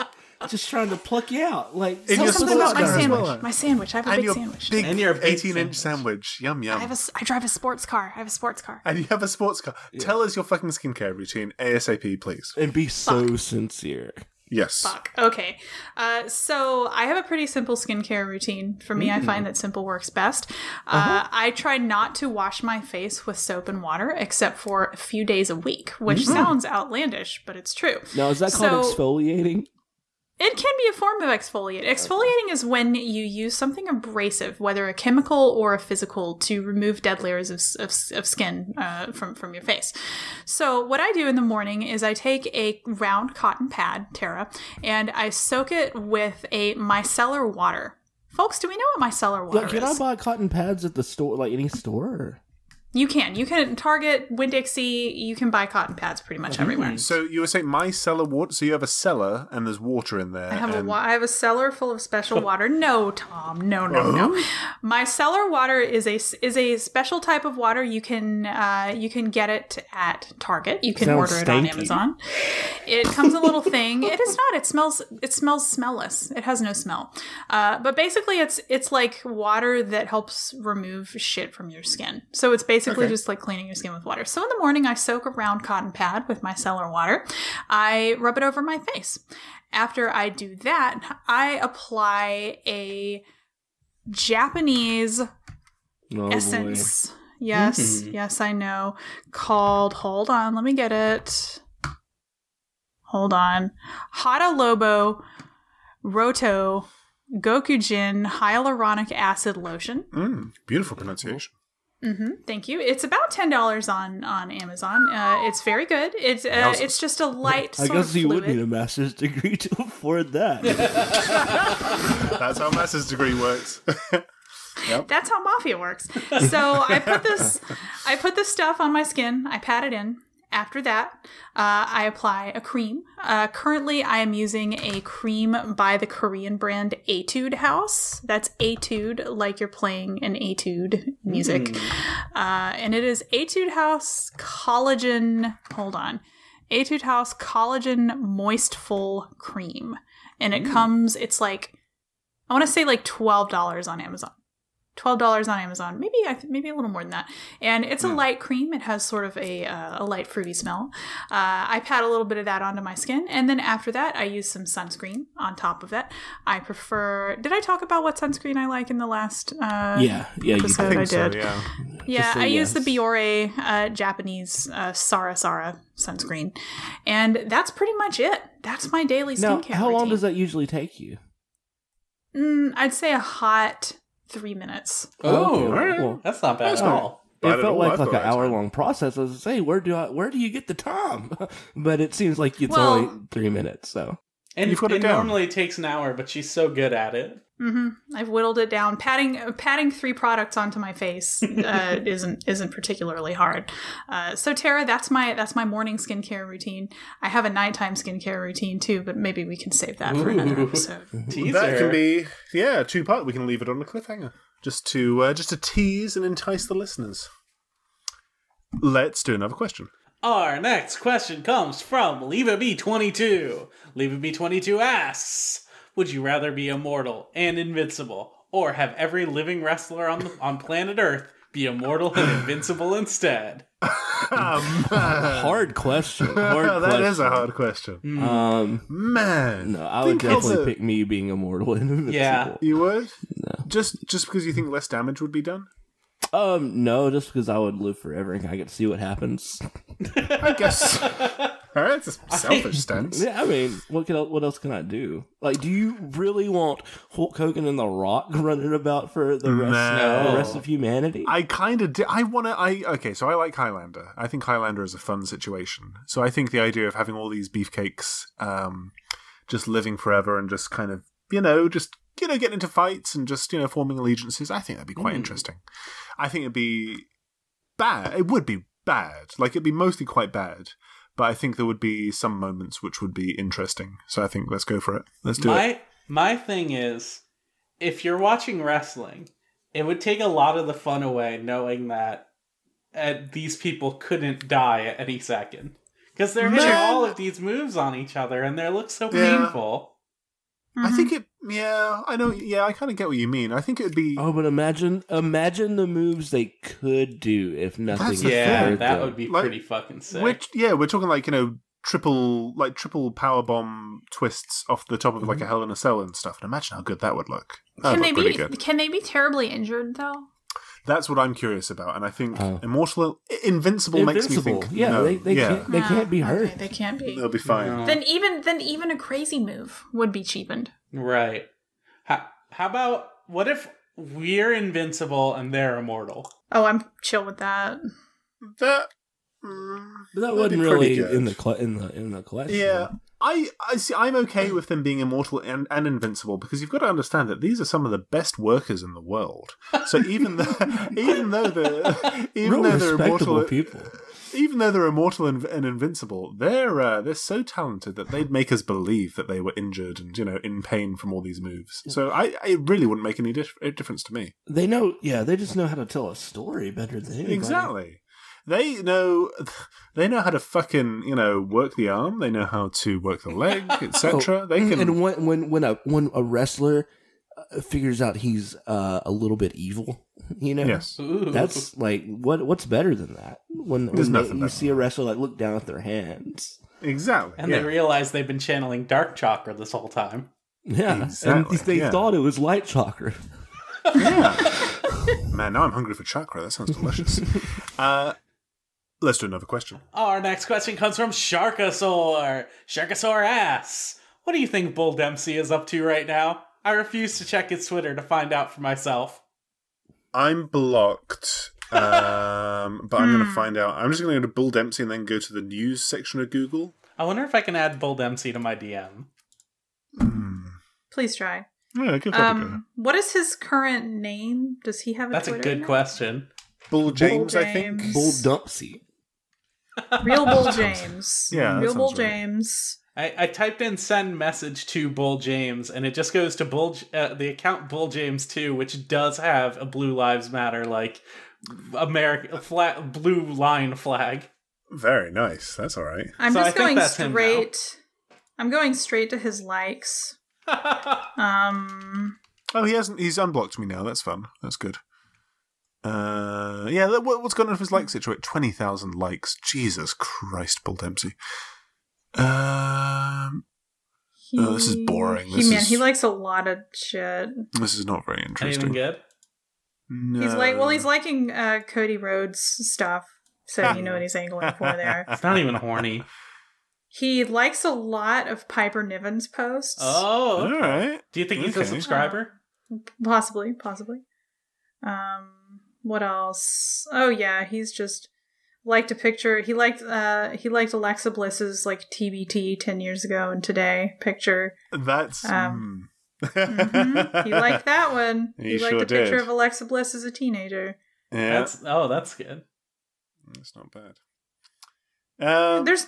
just trying to pluck you out. Like
Tell
In your
us something about my
sports car as
sandwich.
well.
My sandwich. I have a
and
big
your
sandwich.
big
And you're a big
18 inch sandwich. Yum yum.
I have a. s- I drive a sports car. I have a sports car.
and you have a sports car. Tell us your fucking skincare routine ASAP, please.
and be so sincere.
Yes.
Fuck. Okay. Uh, so I have a pretty simple skincare routine. For me, I
Mm.
find that simple works best. Uh,
Uh-huh.
I try not to wash my face with soap and water except for a few days a week, which sounds outlandish, but it's true.
Mm-hmm. Now, is that called
So-
exfoliating?
It can be a form of exfoliate. Exfoliating is when you use something abrasive, whether a chemical or a physical, to remove dead layers of, of, of skin uh, from, from your face. So, what I do in the morning is I take a round cotton pad, Tara, and I soak it with a micellar water. Folks, do we know what micellar water
Like, can I
is?
buy cotton pads at the store, like any store?
you can. You can Target, Winn Dixie, you can buy cotton pads pretty much everywhere.
So you were saying my cellar water. So you have a cellar and there's water in there.
I have a
and-
wa- I have a cellar full of special water. No, Tom. No, no, no. My cellar water is a s- is a special type of water. You can uh, you can get it at Target. You can
Sounds
order it on
stanky.
Amazon. It comes a little thing. It is not. It smells. It smells smellless. It has no smell. Uh, but basically, it's it's like water that helps remove shit from your skin. So it's basically just like cleaning your skin with water. So in the morning, I soak a round cotton pad with my cellar water. I rub it over my face. After I do that, I apply a Japanese
Oh, boy. Mm-hmm.
essence. Yes, yes, I know. Called, hold on, let me get it. Hold on. Hada Lobo Roto Gokujin Hyaluronic Acid Lotion.
Hmm?
Mm, beautiful pronunciation.
hmm thank you. It's about ten dollars on on Amazon. Uh, it's very good. It's uh,
Wowzers.
it's just a light.
I
sort
guess
of
you would
fluid.
need a master's degree to afford that.
That's how master's degree works. *laughs*
That's how mafia works. So I put this, I put this stuff on my skin. I pat it in. After that, uh, I apply a cream. Uh, currently, I am using a cream by the Korean brand Etude House. That's Etude, like you're playing an Etude music, uh, and it is Etude House Collagen. Hold on, Etude House Collagen Moist Full Cream, and it comes. It's like I want to say like twelve dollars on Amazon twelve dollars on Amazon, maybe I th- maybe a little more than that. And it's a light cream. It has sort of a uh, a light fruity smell. Uh, I pat a little bit of that onto my skin, and then after that, I use some sunscreen on top of that. I prefer. Did I talk about what sunscreen I like in the last? Uh,
yeah, yeah, you
episode
did.
I, did.
So yeah.
Yeah,
Just say
I use the
yes.
Biore uh, Japanese uh, Sara Sara sunscreen, and that's pretty much it. That's my daily
Now,
skincare.
how long
routine.
does that usually take you?
Mm, I'd say a hot three minutes.
Okay,
Oh.
Oh.
all right.
well,
That's not bad at all.
Bad
it
at
felt
all,
like
I
like
thought
an
I was
hour long process. I was like, hey, where do I where do you get the time? *laughs* but it seems like it's
Well-
only three minutes. So
And
You've got it
it
down.
normally takes an hour, but she's so good at it.
hmm I've whittled it down. Patting uh, patting three products onto my
*laughs*
face uh, isn't isn't particularly hard. Uh, so Tara, that's my that's my morning skincare routine. I have a nighttime skincare routine too, but maybe we can save that for another
Ooh.
episode.
Teaser.
That can be yeah, two part. We can leave it on a cliffhanger just to uh, just to tease and entice the listeners. Let's do another question.
Our next question comes from Leave It Be 22. Leave It Be 22 asks Would you rather be immortal and invincible, or have every living wrestler on, the, on planet Earth be immortal
*laughs*
and invincible instead?
Hard question. Hard
Oh, *laughs* that
question.
is a hard question.
Um,
Man,
no, I would
Think how
definitely
the-
pick me being immortal and invincible.
Yeah.
You would just just because you think less damage would be done.
Um, no, just because I would live forever and I get to see what happens.
I
*laughs*
guess. All right, it's a selfish stance.
Yeah, I mean, what can I, what else can I do? Like, do you really want Hulk Hogan and The Rock *laughs* running about for the rest,
No.
the rest of humanity?
I kind of. Di- I want to. I okay. So I like Highlander. I think Highlander is a fun situation. So I think the idea of having all these beefcakes, um, just living forever and just kind of you know just you know getting into fights and just you know forming allegiances. I think that'd be quite interesting. I think it'd be bad. It would be bad. Like it'd be mostly quite bad. But I think there would be some moments which would be interesting. So I think let's go for it. Let's do
my
it.
my thing is if you're watching wrestling it would take a lot of the fun away knowing that uh, these people couldn't die at any second because they're hitting
Man.
all of these moves on each other and they look so
Yeah.
painful
I think it. Yeah, I know. Yeah, I kind of get what you mean. I think it'd be.
oh, but imagine imagine the moves they could do if nothing.
That's
was
the
yeah
ever
that
done.
would be
Like,
pretty fucking sick
Which yeah, we're talking like you know triple like triple power bomb twists off the top of like a Hell in a Cell and stuff. And imagine how good that would look.
Mm-hmm.
That
Can
would
they
look
be
pretty good.
can they be terribly injured though?
That's what I'm curious about, and I think
Oh.
immortal, I- invincible, makes me
Invincible.
think.
yeah,
no,
they, they
yeah,
can't they
Ah,
can't be hurt.
Okay, they can't be.
they'll be fine.
No.
Then even then even a crazy move would be cheapened.
right how, how about what if we're invincible and they're immortal
Oh, I'm chill with that.
That. mm,
But that
that'd
wasn't
be pretty
really
good.
in the cl- in the in the collection.
Yeah. I, I see. I'm okay with them being immortal and, and invincible because you've got to understand that these are some of the best workers in the world. So even though, *laughs* even though they're even
Real
though they're
respectable
immortal,
people.
even though they're immortal and, and invincible, they're uh, they're so talented that they'd make us believe that they were injured and you know in pain from all these moves. So I it really wouldn't make any dif- difference to me.
They know. Yeah, they just know how to tell a story better than anybody.
Exactly. They know they know how to fucking you know work the arm. They know how to work the leg, etc. They
And-
can.
And when when when a when a wrestler uh, figures out he's uh, a little bit evil, you know,
*laughs* yes.
Ooh.
that's like what what's better than that? When,
There's
when they-
nothing
you
better.
see a wrestler like look down at their hands,
Exactly.
and
yeah.
they realize they've been channeling dark chakra this whole time
yeah,
Exactly,
and they
yeah.
thought it was light chakra.
Man, now I'm hungry for chakra. That sounds delicious. uh, let's do another question.
Our next question comes from Sharkasaur. Sharkasaur asks, What do you think Bull Dempsey is up to right now? I refuse to check his Twitter to find out for myself.
*laughs*
I'm blocked. um, but I'm going
Hmm.
to find out. I'm just going to go to Bull Dempsey and then go to the news section of Google.
I wonder if I can add Bull Dempsey to my DM.
Please try.
Yeah, give that a go.
Um, what is his current name? Does he have a
That's a
Twitter
good
now?
question.
Bull James, I think.
James.
Bull Dumpsy.
*laughs* Real Bull James.
Yeah, that
Real Bull
sounds right.
James.
I, I typed in send message to Bull James, and it just goes to Bull J- uh, the account Bull James 2, which does have a Blue Lives Matter, like, American flat blue line flag.
Very nice. That's all right.
I'm
So I
just
think
going
that's him now.
straight. I'm going straight to his
*laughs*
likes. um,
Oh, he hasn't. He's unblocked me now. That's fun. That's good. Uh, yeah. that- What, what's going on with his like situation? Twenty thousand likes. Jesus Christ, Bull Dempsey. Um,
he,
Oh, this is boring.
He,
This
man,
is-
he likes a lot of shit.
this is not very
Anything
interesting.
good?
No.
He's like, well,
*laughs*
he's liking uh, Cody Rhodes stuff, so you know what he's angling for
*laughs*
there.
It's not even horny.
He likes a lot of Piper Niven's posts.
*laughs* Oh,
All
okay.
right.
Do you think he's a
Okay.
subscriber?
Possibly, possibly. Um, what else? Oh yeah, he's just liked a picture. He liked uh he liked
*laughs*
Alexa Bliss's like TBT ten years ago and today picture.
That's
Um, *laughs*
mm,
Mhm. He liked that one.
He
He, liked
sure
the picture
did.
of Alexa Bliss as a teenager.
Yeah, that's,
That's oh, that's good.
not bad. Um,
There's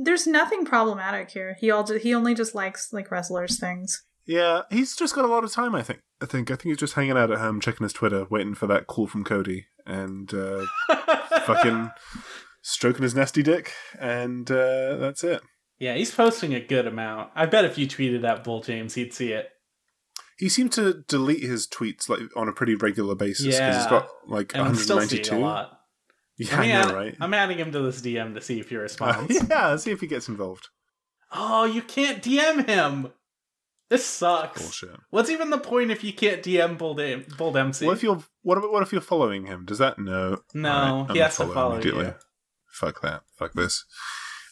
there's nothing problematic here. He all he only just likes like wrestlers things.
yeah, he's just got a lot of time. I think. I think. I think he's just hanging out at home, checking his Twitter, waiting for that call from Cody, and
*laughs*
uh, fucking stroking his nasty dick, and uh, that's it.
Yeah, he's posting a good amount. I bet if you tweeted at Bull James, he'd see it.
He seemed to delete his tweets like on a pretty regular basis because he's
Yeah.
got like
And I'm still seeing
192.
a lot.
*laughs* Yeah,
Let me
I know,
add-
right?
I'm adding him to this DM to see if he
Uh,
responds.
*laughs* yeah, see if he gets involved.
Oh, you can't DM him. This sucks.
Bullshit.
What's even the point if you can't DM Bull, Dam- Bull Dempsey?
What if you're what if, what if you're following him? Does that no?
No,
Alright,
he has to
unfollow
follow you.
Fuck that. Fuck this.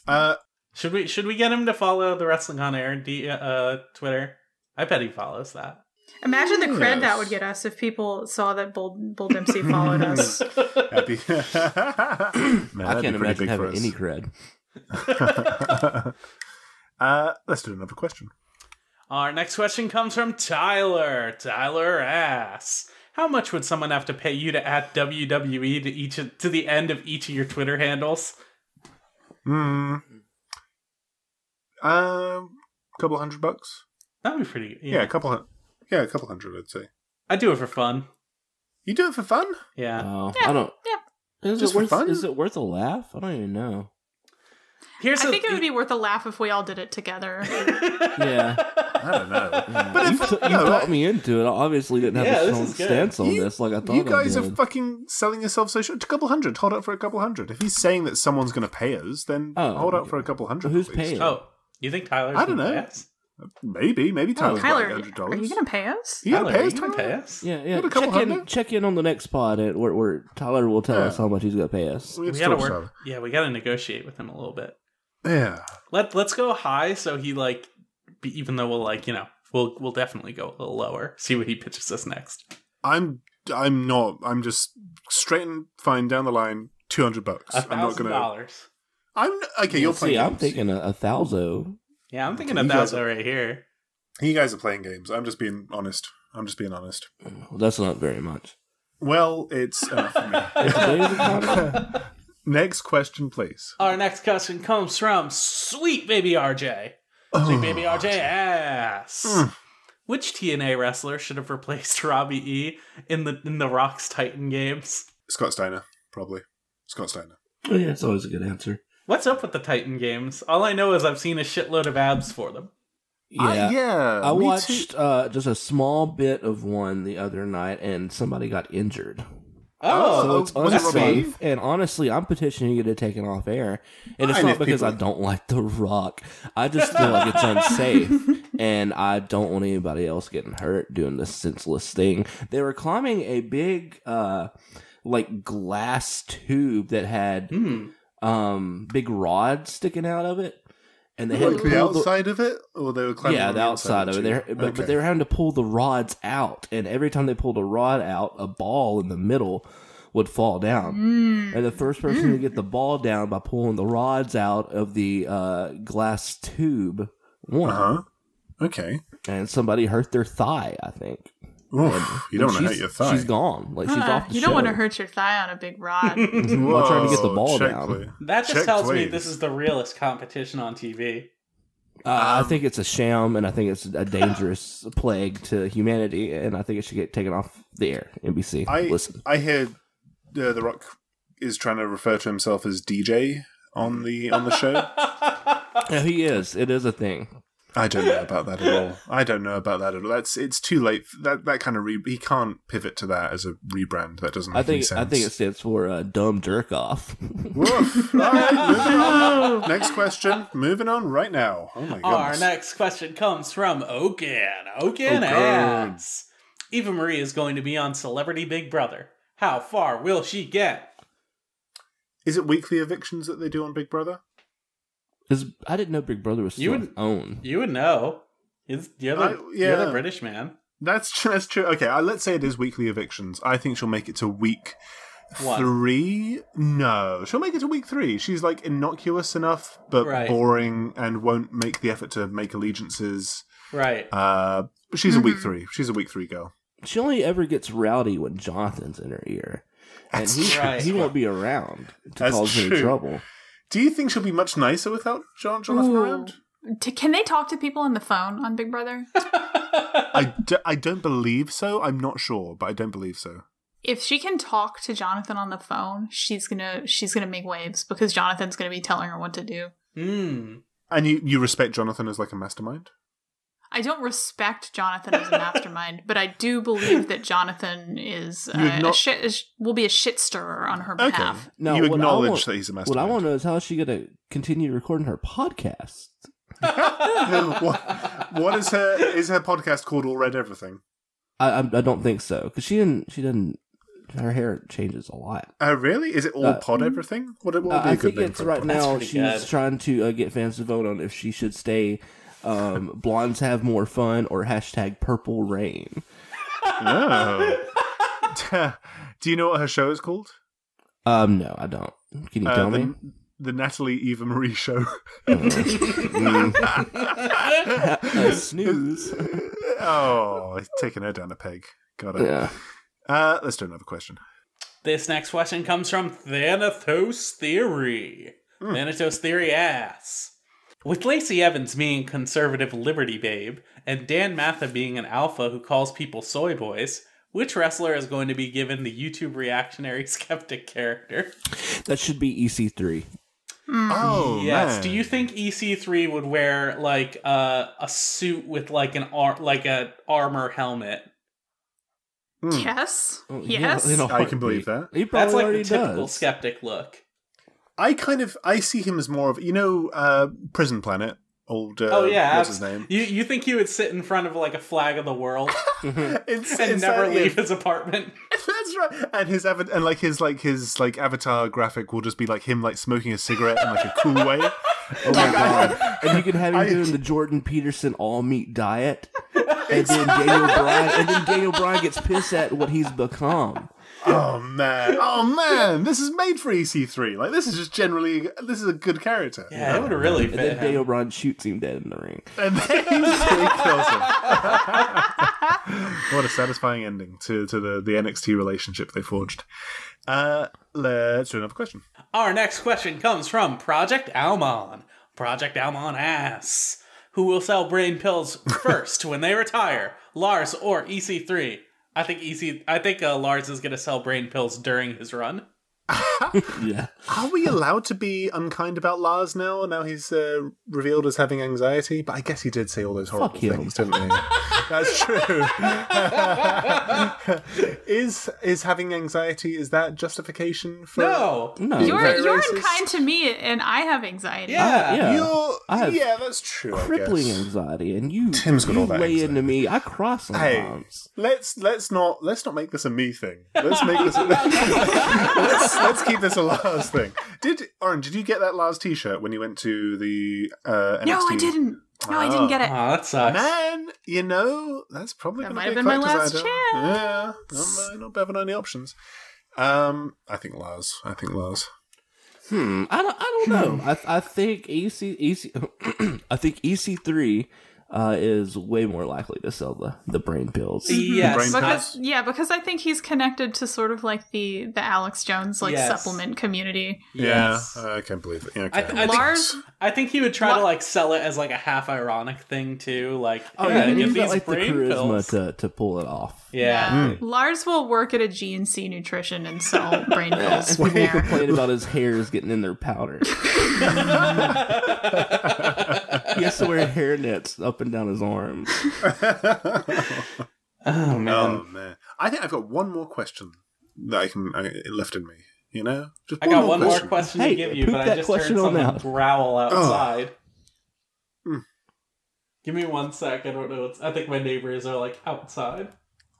Uh,
Should we should we get him to follow the Wrestling on Air D, uh, Twitter? I bet he follows that.
Imagine the cred
Yes.
that would get us if people saw that Bull, Bull Dempsey followed us.
*coughs*
happy. *coughs* Man,
I
that'd
can't
be pretty
imagine
big for
having
us.
any cred.
*laughs*
*laughs*
uh, let's do another question.
Our next question comes from Tyler. Tyler asks, "How much would someone have to pay you to add WWE to each of, to the end of each of your Twitter handles?"
Hmm. Um, couple hundred bucks.
That'd be pretty.
Yeah, a couple. hun- Yeah, a couple hundred. I'd say.
I do it for fun.
You do it for fun? Uh,
Yeah.
Oh, I don't. Is
Just
it
for
worth?
fun?
Is it worth a laugh? I don't even know.
Here's e
I
the
think it
thi-
would be worth a laugh if we all did it together.
*laughs*
Yeah.
I don't
*laughs*
know.
Yeah.
But
Mm. you,
if-
t- you
no,
taught
I-
me into it. I obviously didn't have
Yeah,
a
this
strong
is good.
stance on
You-
this, like I thought.
You guys
I
are
did.
fucking selling yourself so short. A couple hundred. Hold out for a couple hundred. If he's saying that someone's going to pay us, then
Oh,
hold out
okay.
for a couple hundred.
Well, who's
at least.
paying?
Oh, you think Tyler's?
I don't
gonna
know.
pay us?
Maybe, maybe
Oh,
Tyler's got
Tyler,
like
are
hundred
you
dollars.
going to pay us?
You gotta
Tyler,
pay
you
us,
gonna
Tyler.
pay us?
Yeah, yeah.
Had a couple
Check in,
hundred.
check in on the next pod at where, where Tyler will tell
Yeah.
us how much he's gonna pay us.
We have
We
to
gotta
talk
work.
to Tyler.
Yeah, we gotta negotiate with him a little bit.
Yeah,
Let Let's go high so he like, be, even though we'll like you know we'll we'll definitely go a little lower. See what he pitches us next.
I'm. I'm not. I'm just straight and fine down the line. Two hundred bucks.
A
I'm not
thousand
gonna.
dollars.
I'm okay. You're playing.
See, I'm
games.
thinking a, a thousand.
Yeah, I'm thinking
You
a
guys
thousand
are-
right here.
You guys are playing games. I'm just being honest. I'm just being honest.
Well, that's not very much.
Well, it's enough for me.
*laughs* If
*laughs*
today's economy-
Next question, please.
Our next question comes from Sweet Baby RJ. Sweet Baby RJ asks,
Hmm.
which TNA wrestler should have replaced *laughs* Robbie E in the in the Rocks Titan games?
Scott Steiner, probably. Scott Steiner.
oh, yeah, it's always a good answer.
What's up with the Titan games? All I know is I've seen a shitload of abs for them.
Yeah,
I, yeah.
I
me too.
watched uh, just a small bit of one the other night, and somebody got injured.
Oh,
So
Oh,
it's
was it Robbie?
unsafe, and honestly, I'm petitioning you to take it off air. And it's
Fine,
not
if
because I
people-
don't like The Rock. I just feel like it's unsafe, and I don't want anybody else getting hurt doing this senseless thing. They were climbing a big, uh, like glass tube that had
Hmm.
um big rods sticking out of it, and they had
Like
to
the
pull the-
outside of it, or they were climbing.
yeah,
on
the outside of it. They're,
too?
but, but
Okay.
they were having to pull the rods out, and every time they pulled a rod out, a ball in the middle would fall down.
Mm.
And the first person to get the ball down by pulling the rods out of the uh, glass tube won.
Uh-huh. Okay.
And somebody hurt their thigh, I think.
Oof, you don't want to
She's-
hurt your thigh. *laughs*
She's gone. Like she's
Huh,
off the
Uh, you don't want to
show.
hurt your thigh on a big rod.
While trying to get the
Whoa,
ball
check,
down.
please.
That just
Check,
tells me
please.
this is the realest competition on TV.
Uh,
Um,
I think it's a sham, and I think it's a dangerous *laughs* plague to humanity, and I think it should get taken off the air. NBC,
I
listen.
I hear uh, the Rock is trying to refer to himself as DJ on the on the
*laughs*
show.
Yeah, he is. It is a thing.
I don't know about that at all. I don't know about that at all. That's it's too late. f- That that kind of re- he can't pivot to that as a rebrand. That doesn't. Make
I
any
think
sense.
I think it stands for uh, dumb jerk off. *laughs*
Woof. All right, moving on. Next question. Moving on right now. Oh my
Our
goodness.
next question comes from Okan. Okan
Okan.
asks, Eva Marie is going to be on Celebrity Big Brother. How far will she get?
Is it weekly evictions that they do on Big Brother?
Is I didn't know Big Brother was
You
still
would-
own.
You would know. It's- You're the,
I-
you're the
yeah.
British man.
That's true. That's true. Okay, I, let's say it is weekly evictions. I think she'll make it to week
One.
three. No, she'll make it to week three. She's like innocuous enough, but
Right.
boring, and won't make the effort to make allegiances.
Right. *laughs*
Uh, But she's a
Mm-hmm.
week three. She's a week three girl.
She only ever gets rowdy when Jonathan's in her ear, and he
right.
he won't be around to
That's
cause
true.
any trouble.
Do you think she'll be much nicer without John Jonathan
Ooh.
around?
T- can they talk to people on the phone on Big
*laughs*
Brother?
I, d- I don't believe so. I'm not sure, but I don't believe so.
if she can talk to Jonathan on the phone, she's gonna she's gonna make waves because Jonathan's gonna be telling her what to do.
Mm.
And you, you respect Jonathan as like a mastermind?
I don't respect Jonathan as a mastermind, but I do believe that Jonathan is
You're
uh, a
not-
shit, is, will be a shit stirrer on her
Okay.
behalf.
Now,
you
what I
acknowledge
want-
that he's a
What
mastermind.
I want to know is how is she going to continue recording her podcast?
what, what is her is her podcast called All Red Everything?
I I, I don't think so because she didn't. She didn't. Her hair changes a lot.
Uh, really? Is it all
Uh,
pod everything? What, what would
Uh,
be a
I
good
think
name
it's
for a
right
podcast?
now.
pretty
She's
good.
trying to uh, get fans to vote on if she should stay. Um, *laughs* blondes have more fun or hashtag purple rain.
Oh. *laughs* Do you know what her show is called?
Um, no, I don't. Can you
Uh,
tell
the, *laughs*
me?
the Natalie Eva Marie show. *laughs*
Mm. A snooze.
oh, it's taking her down a peg. Got it.
yeah.
Uh, let's do another question.
This next question comes from Thanatos Theory.
Hmm.
Thanatos Theory asks With Lacey Evans being conservative liberty babe and Dan Matha being an alpha who calls people soy boys, which wrestler is going to be given the YouTube reactionary *laughs* skeptic character?
That should be E EC3.
Oh,
Mm, yes.
man.
Do you think EC3 would wear like uh, a suit with like an ar- like a armor helmet?
Hmm.
Yes,
Oh, yeah,
yes.
in a
I can believe
heartbeat.
that.
He probably
That's like
already
the typical
does.
skeptic look.
I kind of I see him as more of you know uh, Prison Planet. Old uh,
oh yeah,
what's his name?
You you think he would sit in front of like a flag of the world?
It's,
and
it's
never
that,
leave
yeah.
his *laughs* apartment.
That's right. And his av- and like his like his like avatar graphic will just be like him like smoking a cigarette in like a cool way.
Oh
*laughs*
my god! And you can have him
I-
doing the Jordan Peterson all meat diet, and then Daniel Bryan, and then Daniel Bryan gets pissed at what he's become.
*laughs* Oh man! Oh man! This is made for EC3. Like this is just generally this is a good character.
Yeah, it would really
And then
fit
Daniel
him.
Bryan shoots him dead in the ring.
And then he kills him. *laughs* what a satisfying ending to, to the, the NXT relationship they forged. Uh, let's do another question.
Our next question comes from Project Almon. Project Almon asks, "Who will sell
*laughs*
brain pills first when they retire, Lars or EC3?" I think EC. I think uh, Lars is going to sell brain pills during his run.
Yeah,
Are we allowed to be unkind about Lars now? Now he's uh, revealed as having anxiety, but I guess he did say all those horrible
Fuck him.
things, didn't he? *laughs* That's true. *laughs* is is having anxiety is that justification for?
No,
no,
you're
very
you're
racist.
unkind to me, and I have anxiety.
yeah.
Ah, yeah.
You're,
I have
yeah, that's true. I
crippling
guess.
anxiety, and you
Tim's got
you
all that
weigh
anxiety.
into me. I cross
Hey,
sometimes.
let's let's not let's not make this a me thing. Let's make this. A, *laughs* let's let's keep this a Lars thing. Did Oren? Did you get that Lars T-shirt when you went to the uh, NXT?
No, I didn't. No, I
Ah.
didn't get it.
Aw, that sucks.
Man, you know that's probably
That
gonna
might
be
have
a
been my
collector's
last
item. Yeah, not, not better than any options. Um, I think Lars. I think Lars.
Hmm, I don't, I don't know. I, I think E EC, EC *clears throat* I think EC3 uh, is way more likely to sell the, the brain pills.
Yes,
Brain
I-
pills.
Because yeah, because I think he's connected to sort of like the the Alex Jones like
Yes.
supplement community.
yes.
Yeah, I can't believe it. Yeah, okay.
I, th- I think
Lars
I think he would try to like sell it as like a half ironic thing too, like
Oh,
yeah,
yeah,
get
you've
these
got like the
brain
charisma
pills.
to, to pull it
*laughs*
off.
yeah.
Lars will work at a GNC nutrition and sell brain pills
People
from there.
complain about his hairs getting in their
*laughs*
powder. he has to wear hairnets up and down his arms.
Oh
*laughs* oh man, I think I've got one more question that I can I, it left in me. You know, just
I got one more question,
Hey,
to give you,
poop
but I
that
just heard
question on
someone
out.
growl outside.
Hmm.
Mm.
Give me one sec. I don't know. What's, I think my neighbors are like outside.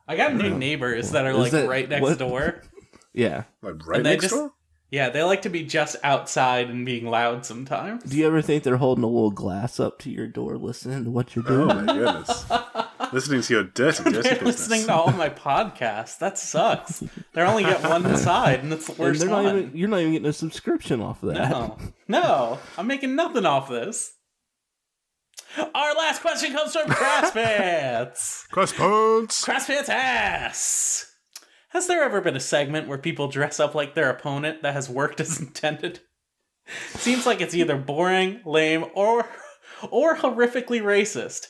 I got
Hmm.
new neighbors that are
Is
like
that-
right next
what? *laughs*
door.
Yeah.
Like right
And they
next
just-
door?
Yeah, they like to be just outside and being loud sometimes.
Do you ever think they're holding a little glass up to your door listening to what you're
Oh
doing?
my goodness!
*laughs*
Listening to your dirty, dirty
*laughs* They're
business.
listening to all my podcasts. That sucks. They only
*laughs*
get one side, and it's the
And
worst
they're not
one. Oh.
even, you're not even getting a subscription off of that.
No, no, I'm making nothing off this. Our last question
*laughs*
comes from Crosspants.
Crosspants.
Crosspants ass. Has there ever been a segment where people dress up like their opponent that has worked as *laughs* intended? Seems like it's either boring, lame, or or horrifically racist.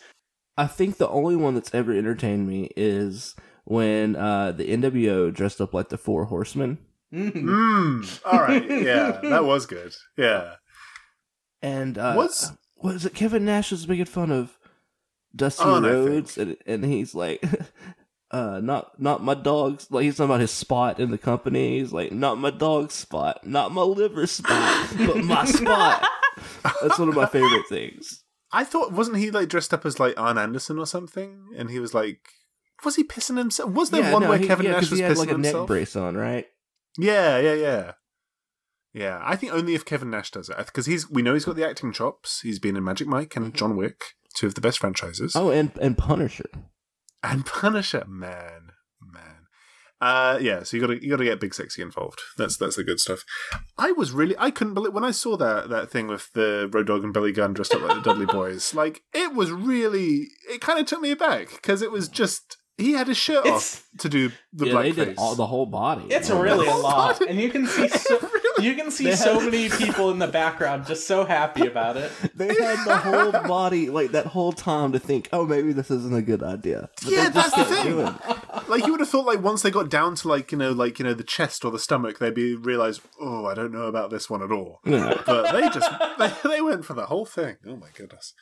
I think the only one that's ever entertained me is when uh, the NWO dressed up like the Four Horsemen,
Mm.
Mmm. All right.
*laughs*
Yeah, that was good. Yeah.
and uh,
What's-
what is it? Kevin Nash was making fun of Dusty
Oh, no, I
Rhodes, and and he's like. *laughs* Uh, not not my dog's like he's talking about his spot in the company. He's like, not my dog's spot, not my
*laughs*
liver spot, but my spot. That's one of my favorite things.
I thought wasn't he like dressed up as like Arn Anderson or something? And he was like, was he pissing himself? Was there
Yeah,
one
no,
where
he-
Kevin
yeah,
Nash
'cause
was
he had
pissing
like a neck
himself?
brace on, right?
Yeah, yeah, yeah, yeah. I think only if Kevin Nash does it because he's we know he's got the acting chops. He's been in Magic Mike and John Wick, two of the best franchises.
Mm-hmm. Oh, and and Punisher.
and Punisher, man, man. Uh, yeah, so you gotta you gotta get Big Sexy involved. That's that's the good stuff. I was really I couldn't believe when I saw that that thing with the Road Dog and Billy Gunn dressed up like the
*laughs*
Dudley Boys. Like it was really it kind of took me aback because it was just he had his shirt
It's-
off to do the
yeah,
blackface.
they did all the whole body.
It's
Like,
really a
Oh,
*laughs*
lot,
God.
and you can see so, you can see so many people in the background just so happy about it.
They had the whole body, like that whole time to think, oh, maybe this isn't a good idea. But
Yeah,
they just
that's the
kept
thing.
doing it.
like you would have thought like once they got down to like you know like you know the chest or the stomach they'd be realize oh I don't know about this one at all.
Yeah.
but they just they, they went for the whole thing. Oh my goodness.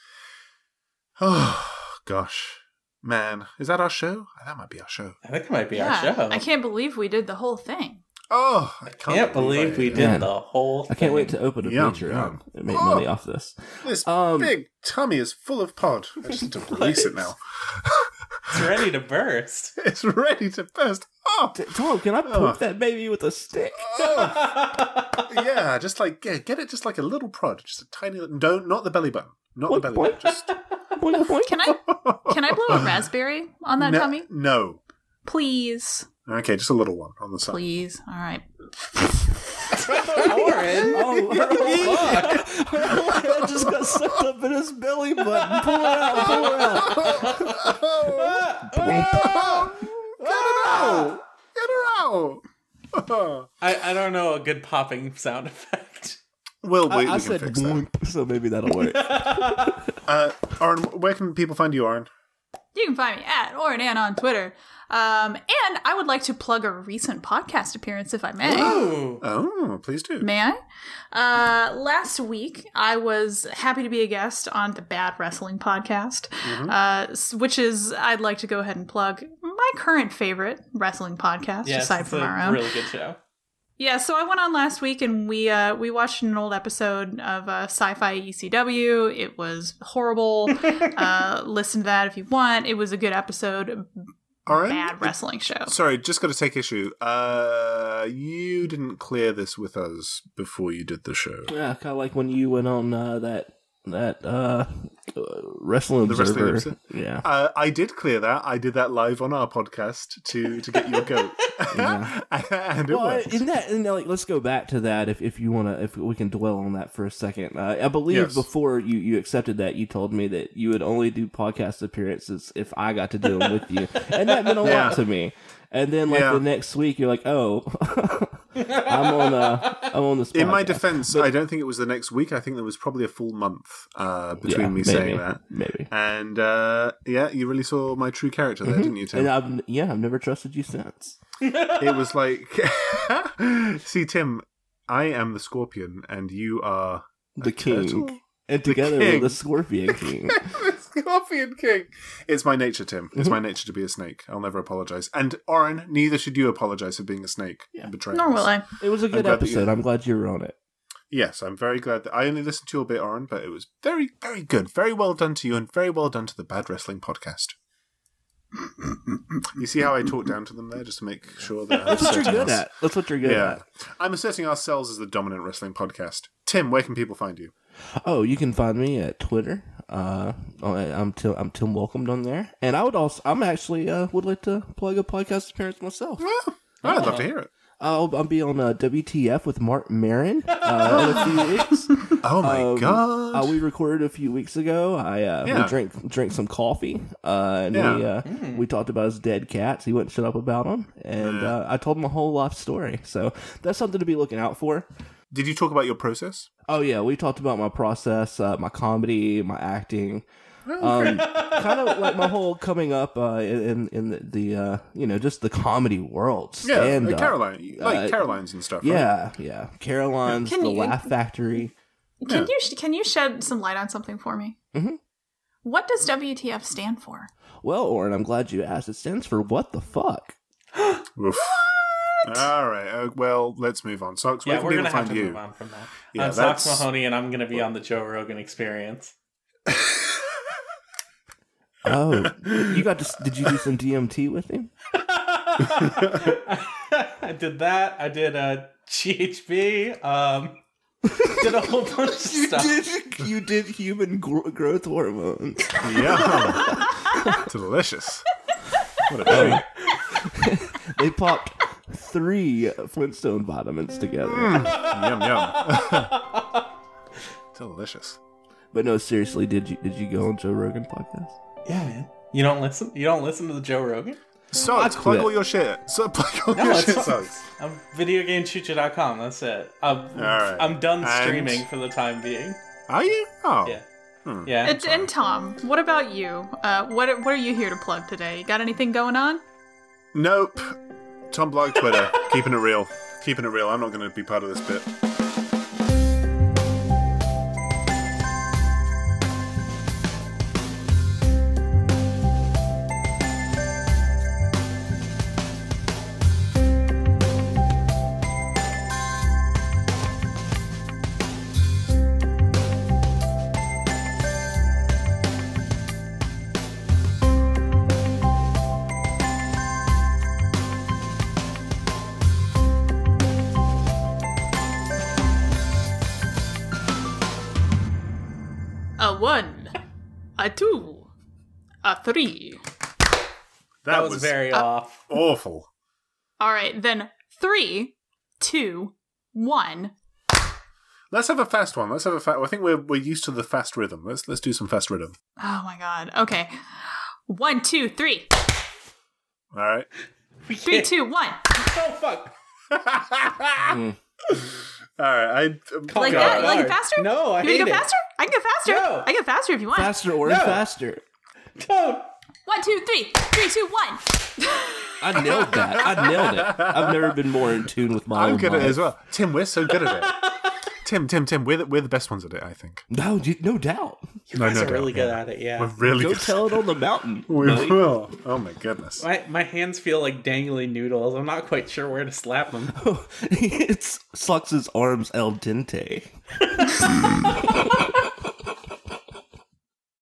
Oh gosh, man, is that our show? That might be our show.
I think it might be our show.
I can't believe we did the whole thing.
Oh, I can't,
Can't believe
I-
we did
Man.
the whole.
I can't wait to open a
Yum,
Patreon
yum.
and make
Oh.
money off this.
This
Um,
big tummy is full of pod. I just need to release it
*laughs*
now.
It's ready to
*laughs*
burst.
It's ready to burst. Oh,
T- Tom, can I poke that baby with a stick?
oh. yeah, just like yeah, get it, just like a little prod, just a tiny little. Don't not the belly button, not the
Boink,
belly
boink.
button. Just
Boink, boink.
Can I can I blow a raspberry on that
no,
tummy?
no.
Please.
Okay, just a little one on the side.
Please. All right.
Lauren,
Oh, her whole butt. *laughs* Her whole head just got sucked up in his belly button. Pull it out, pull it out.
Oh, Get it out! Get her out!
I, I don't know a good popping sound effect.
*laughs* Well, wait,
I,
we
I
can
said
fix that.
boink, so maybe that'll work.
Uh, Aaron, where can people find you, Aaron?
You can find me at Orin Ann on Twitter. Um, and I would like to plug a recent podcast appearance if I may.
Ooh.
Oh, please do.
May I? Uh, last week, I was happy to be a guest on the Bad Wrestling podcast,
Mm-hmm.
uh, s- which is, I'd like to go ahead and plug my current favorite wrestling podcast,
Yes,
aside
it's
from
a
our own.
really good show.
Yeah, so I went on last week and we uh, we watched an old episode of uh, Sci-Fi ECW. It was
*laughs*
horrible. uh, listen to that if you want. It was a good episode.
Aaron?
Bad wrestling show.
Sorry, just got to take issue. Uh, you didn't clear this with us before you did the show.
*laughs* Yeah, kind of like when you went on uh, that that uh, uh, wrestling
The wrestling
observer.
episode?
yeah,
Uh, I did clear that. I did that live on our podcast to to get your *laughs* goat,
Yeah.
and it
well,
worked.
isn't that isn't that, like let's go back to that if, if you want to if we can dwell on that for a second. Uh, I believe
Yes.
before you you accepted that you told me that you would only do podcast appearances if I got to do them with you, and that meant a
Yeah.
lot to me. And then like
Yeah.
the next week you're like, oh, *laughs* I'm on uh I'm on this.
In my
podcast.
defense, I don't think it was the next week. I think there was probably a full month uh, between
Yeah,
me
maybe,
saying that.
maybe.
And uh, yeah, you really saw my true character there, didn't you, Tim?
Mm-hmm. And uh, I've yeah, I've never trusted you since.
it was like, *laughs* see, Tim, I am the scorpion, and you are
The king,
*laughs*
turtle? *laughs*
and together
king.
we're the
*laughs*
scorpion king.
the scorpion king. It's my nature, Tim.
Mm-hmm.
It's my nature to be a snake. I'll never apologize. And Oren, neither should you apologize for being a snake and betraying.
Nor
us.
will I.
It was a good
glad that
episode.
you-
I'm glad you were on it.
Yes, I'm very glad that I only listened to your bit, Oren, but it was very, very good. Very well done to you, and very well done to the Bad Wrestling
*laughs*
Podcast. you see how I talk down to them there, just to make sure
*laughs*
that I'm
That's what you're
asserting
good
us-
at. That's what you're good
Yeah, I'm asserting ourselves as the dominant wrestling podcast. Tim, where can people find you?
at. Oh, you can find me at Twitter. Uh, I- I'm Tim. I'm Tim Welcomed on there, and I would also. I'm actually uh, would like to plug a podcast appearance myself.
Oh, Ah, I'd love to hear it.
I'll, I'll be on uh, WTF with Mark Marin uh,
*laughs*
in a few weeks.
Oh my
Um,
god!
Uh, we recorded a few weeks ago. I uh,
Yeah.
we drank drank some coffee, uh, and we
Yeah.
uh, we talked about his dead cats. He wouldn't shut up about them, and
Yeah.
uh, I told him a whole life story. So that's something to be looking out for.
Did you talk about your process?
Oh yeah, we talked about my process, uh, my comedy, my acting,
*laughs*
um, kind of like my whole coming up uh, in in the, the uh, you know just the comedy world.
Yeah,
Stand
like
up.
Caroline, like
Uh,
Caroline's and stuff. right?
Yeah, yeah. Caroline's
Can
the
you-
Laugh Factory.
Can you can you shed some light on something for me?
Mm-hmm.
Mhm.
What does WTF stand for?
Well, Oren, I'm glad you asked. It stands for what the fuck.
Oof. All right. Uh, well, let's move on. Socks, where
Yeah,
can
we're
people
gonna have
find
to
you?
move on from that.
Yeah,
I'm Sox
that's-
Mahoney, and I'm gonna be on the Joe Rogan Experience. *laughs*
Oh, you got to? Did you do some DMT with *laughs* him?
I did that. I did uh, GHB. Um, *laughs* did a whole
*laughs*
bunch of stuff. *laughs*
did. You did human gro- growth hormone.
Yeah. *laughs* Delicious. What a treat.
they popped three Flintstone vitamins together.
yum yum. *laughs* Delicious.
But no, seriously, did you did you go on Joe Rogan podcast?
Yeah, man. You don't listen. You don't listen to the Joe Rogan.
Socks,
I
plug
quit.
all your shit. So *laughs* plug all
No,
your
it's
shit,
not-
Socks.
I'm videogamechucha.com. That's it. I'm,
right.
I'm done
And-
streaming for the time being.
Are you? Oh.
Yeah. Yeah.
And, and Tom, what about you? Uh, what what are you here to plug today? You got anything going on?
Nope. Tom Blog
*laughs*
Twitter. Keeping it real. Keeping it real. I'm not going to be part of this bit.
A one, a two, a three.
That,
that was, very off.
awful.
All right, then three, two, one.
Let's have a fast one. Let's have a fast. I think we're we're used to the fast rhythm. Let's let's do some fast rhythm.
Oh my god. Okay. One, two, three.
All right.
Three, two, one.
Oh fuck!
All right. I um,
Like
Oh, God.
that? You like it faster?
No, I
You want
hate
to
it.
go faster? I can go faster.
No.
I can go faster if you want.
Faster or
No.
faster?
Don't.
One, two, three. Three, two, one.
I nailed that. I nailed it. I've never been more in tune with my.
I'm
own
good at it
life.
as well. Tim, we're so good at it.
*laughs*
Tim, Tim, Tim, we're the, we're the best ones at it. I think.
No, you- no doubt.
You
No,
guys
no
are really
doubt,
good
yeah.
at it.
We're
Yeah.
really
Go
good.
tell it on the *laughs* mountain.
*laughs* we will. Oh my goodness.
My my hands feel like dangly noodles. I'm not quite sure where to slap them.
it's Slux's arms el dente.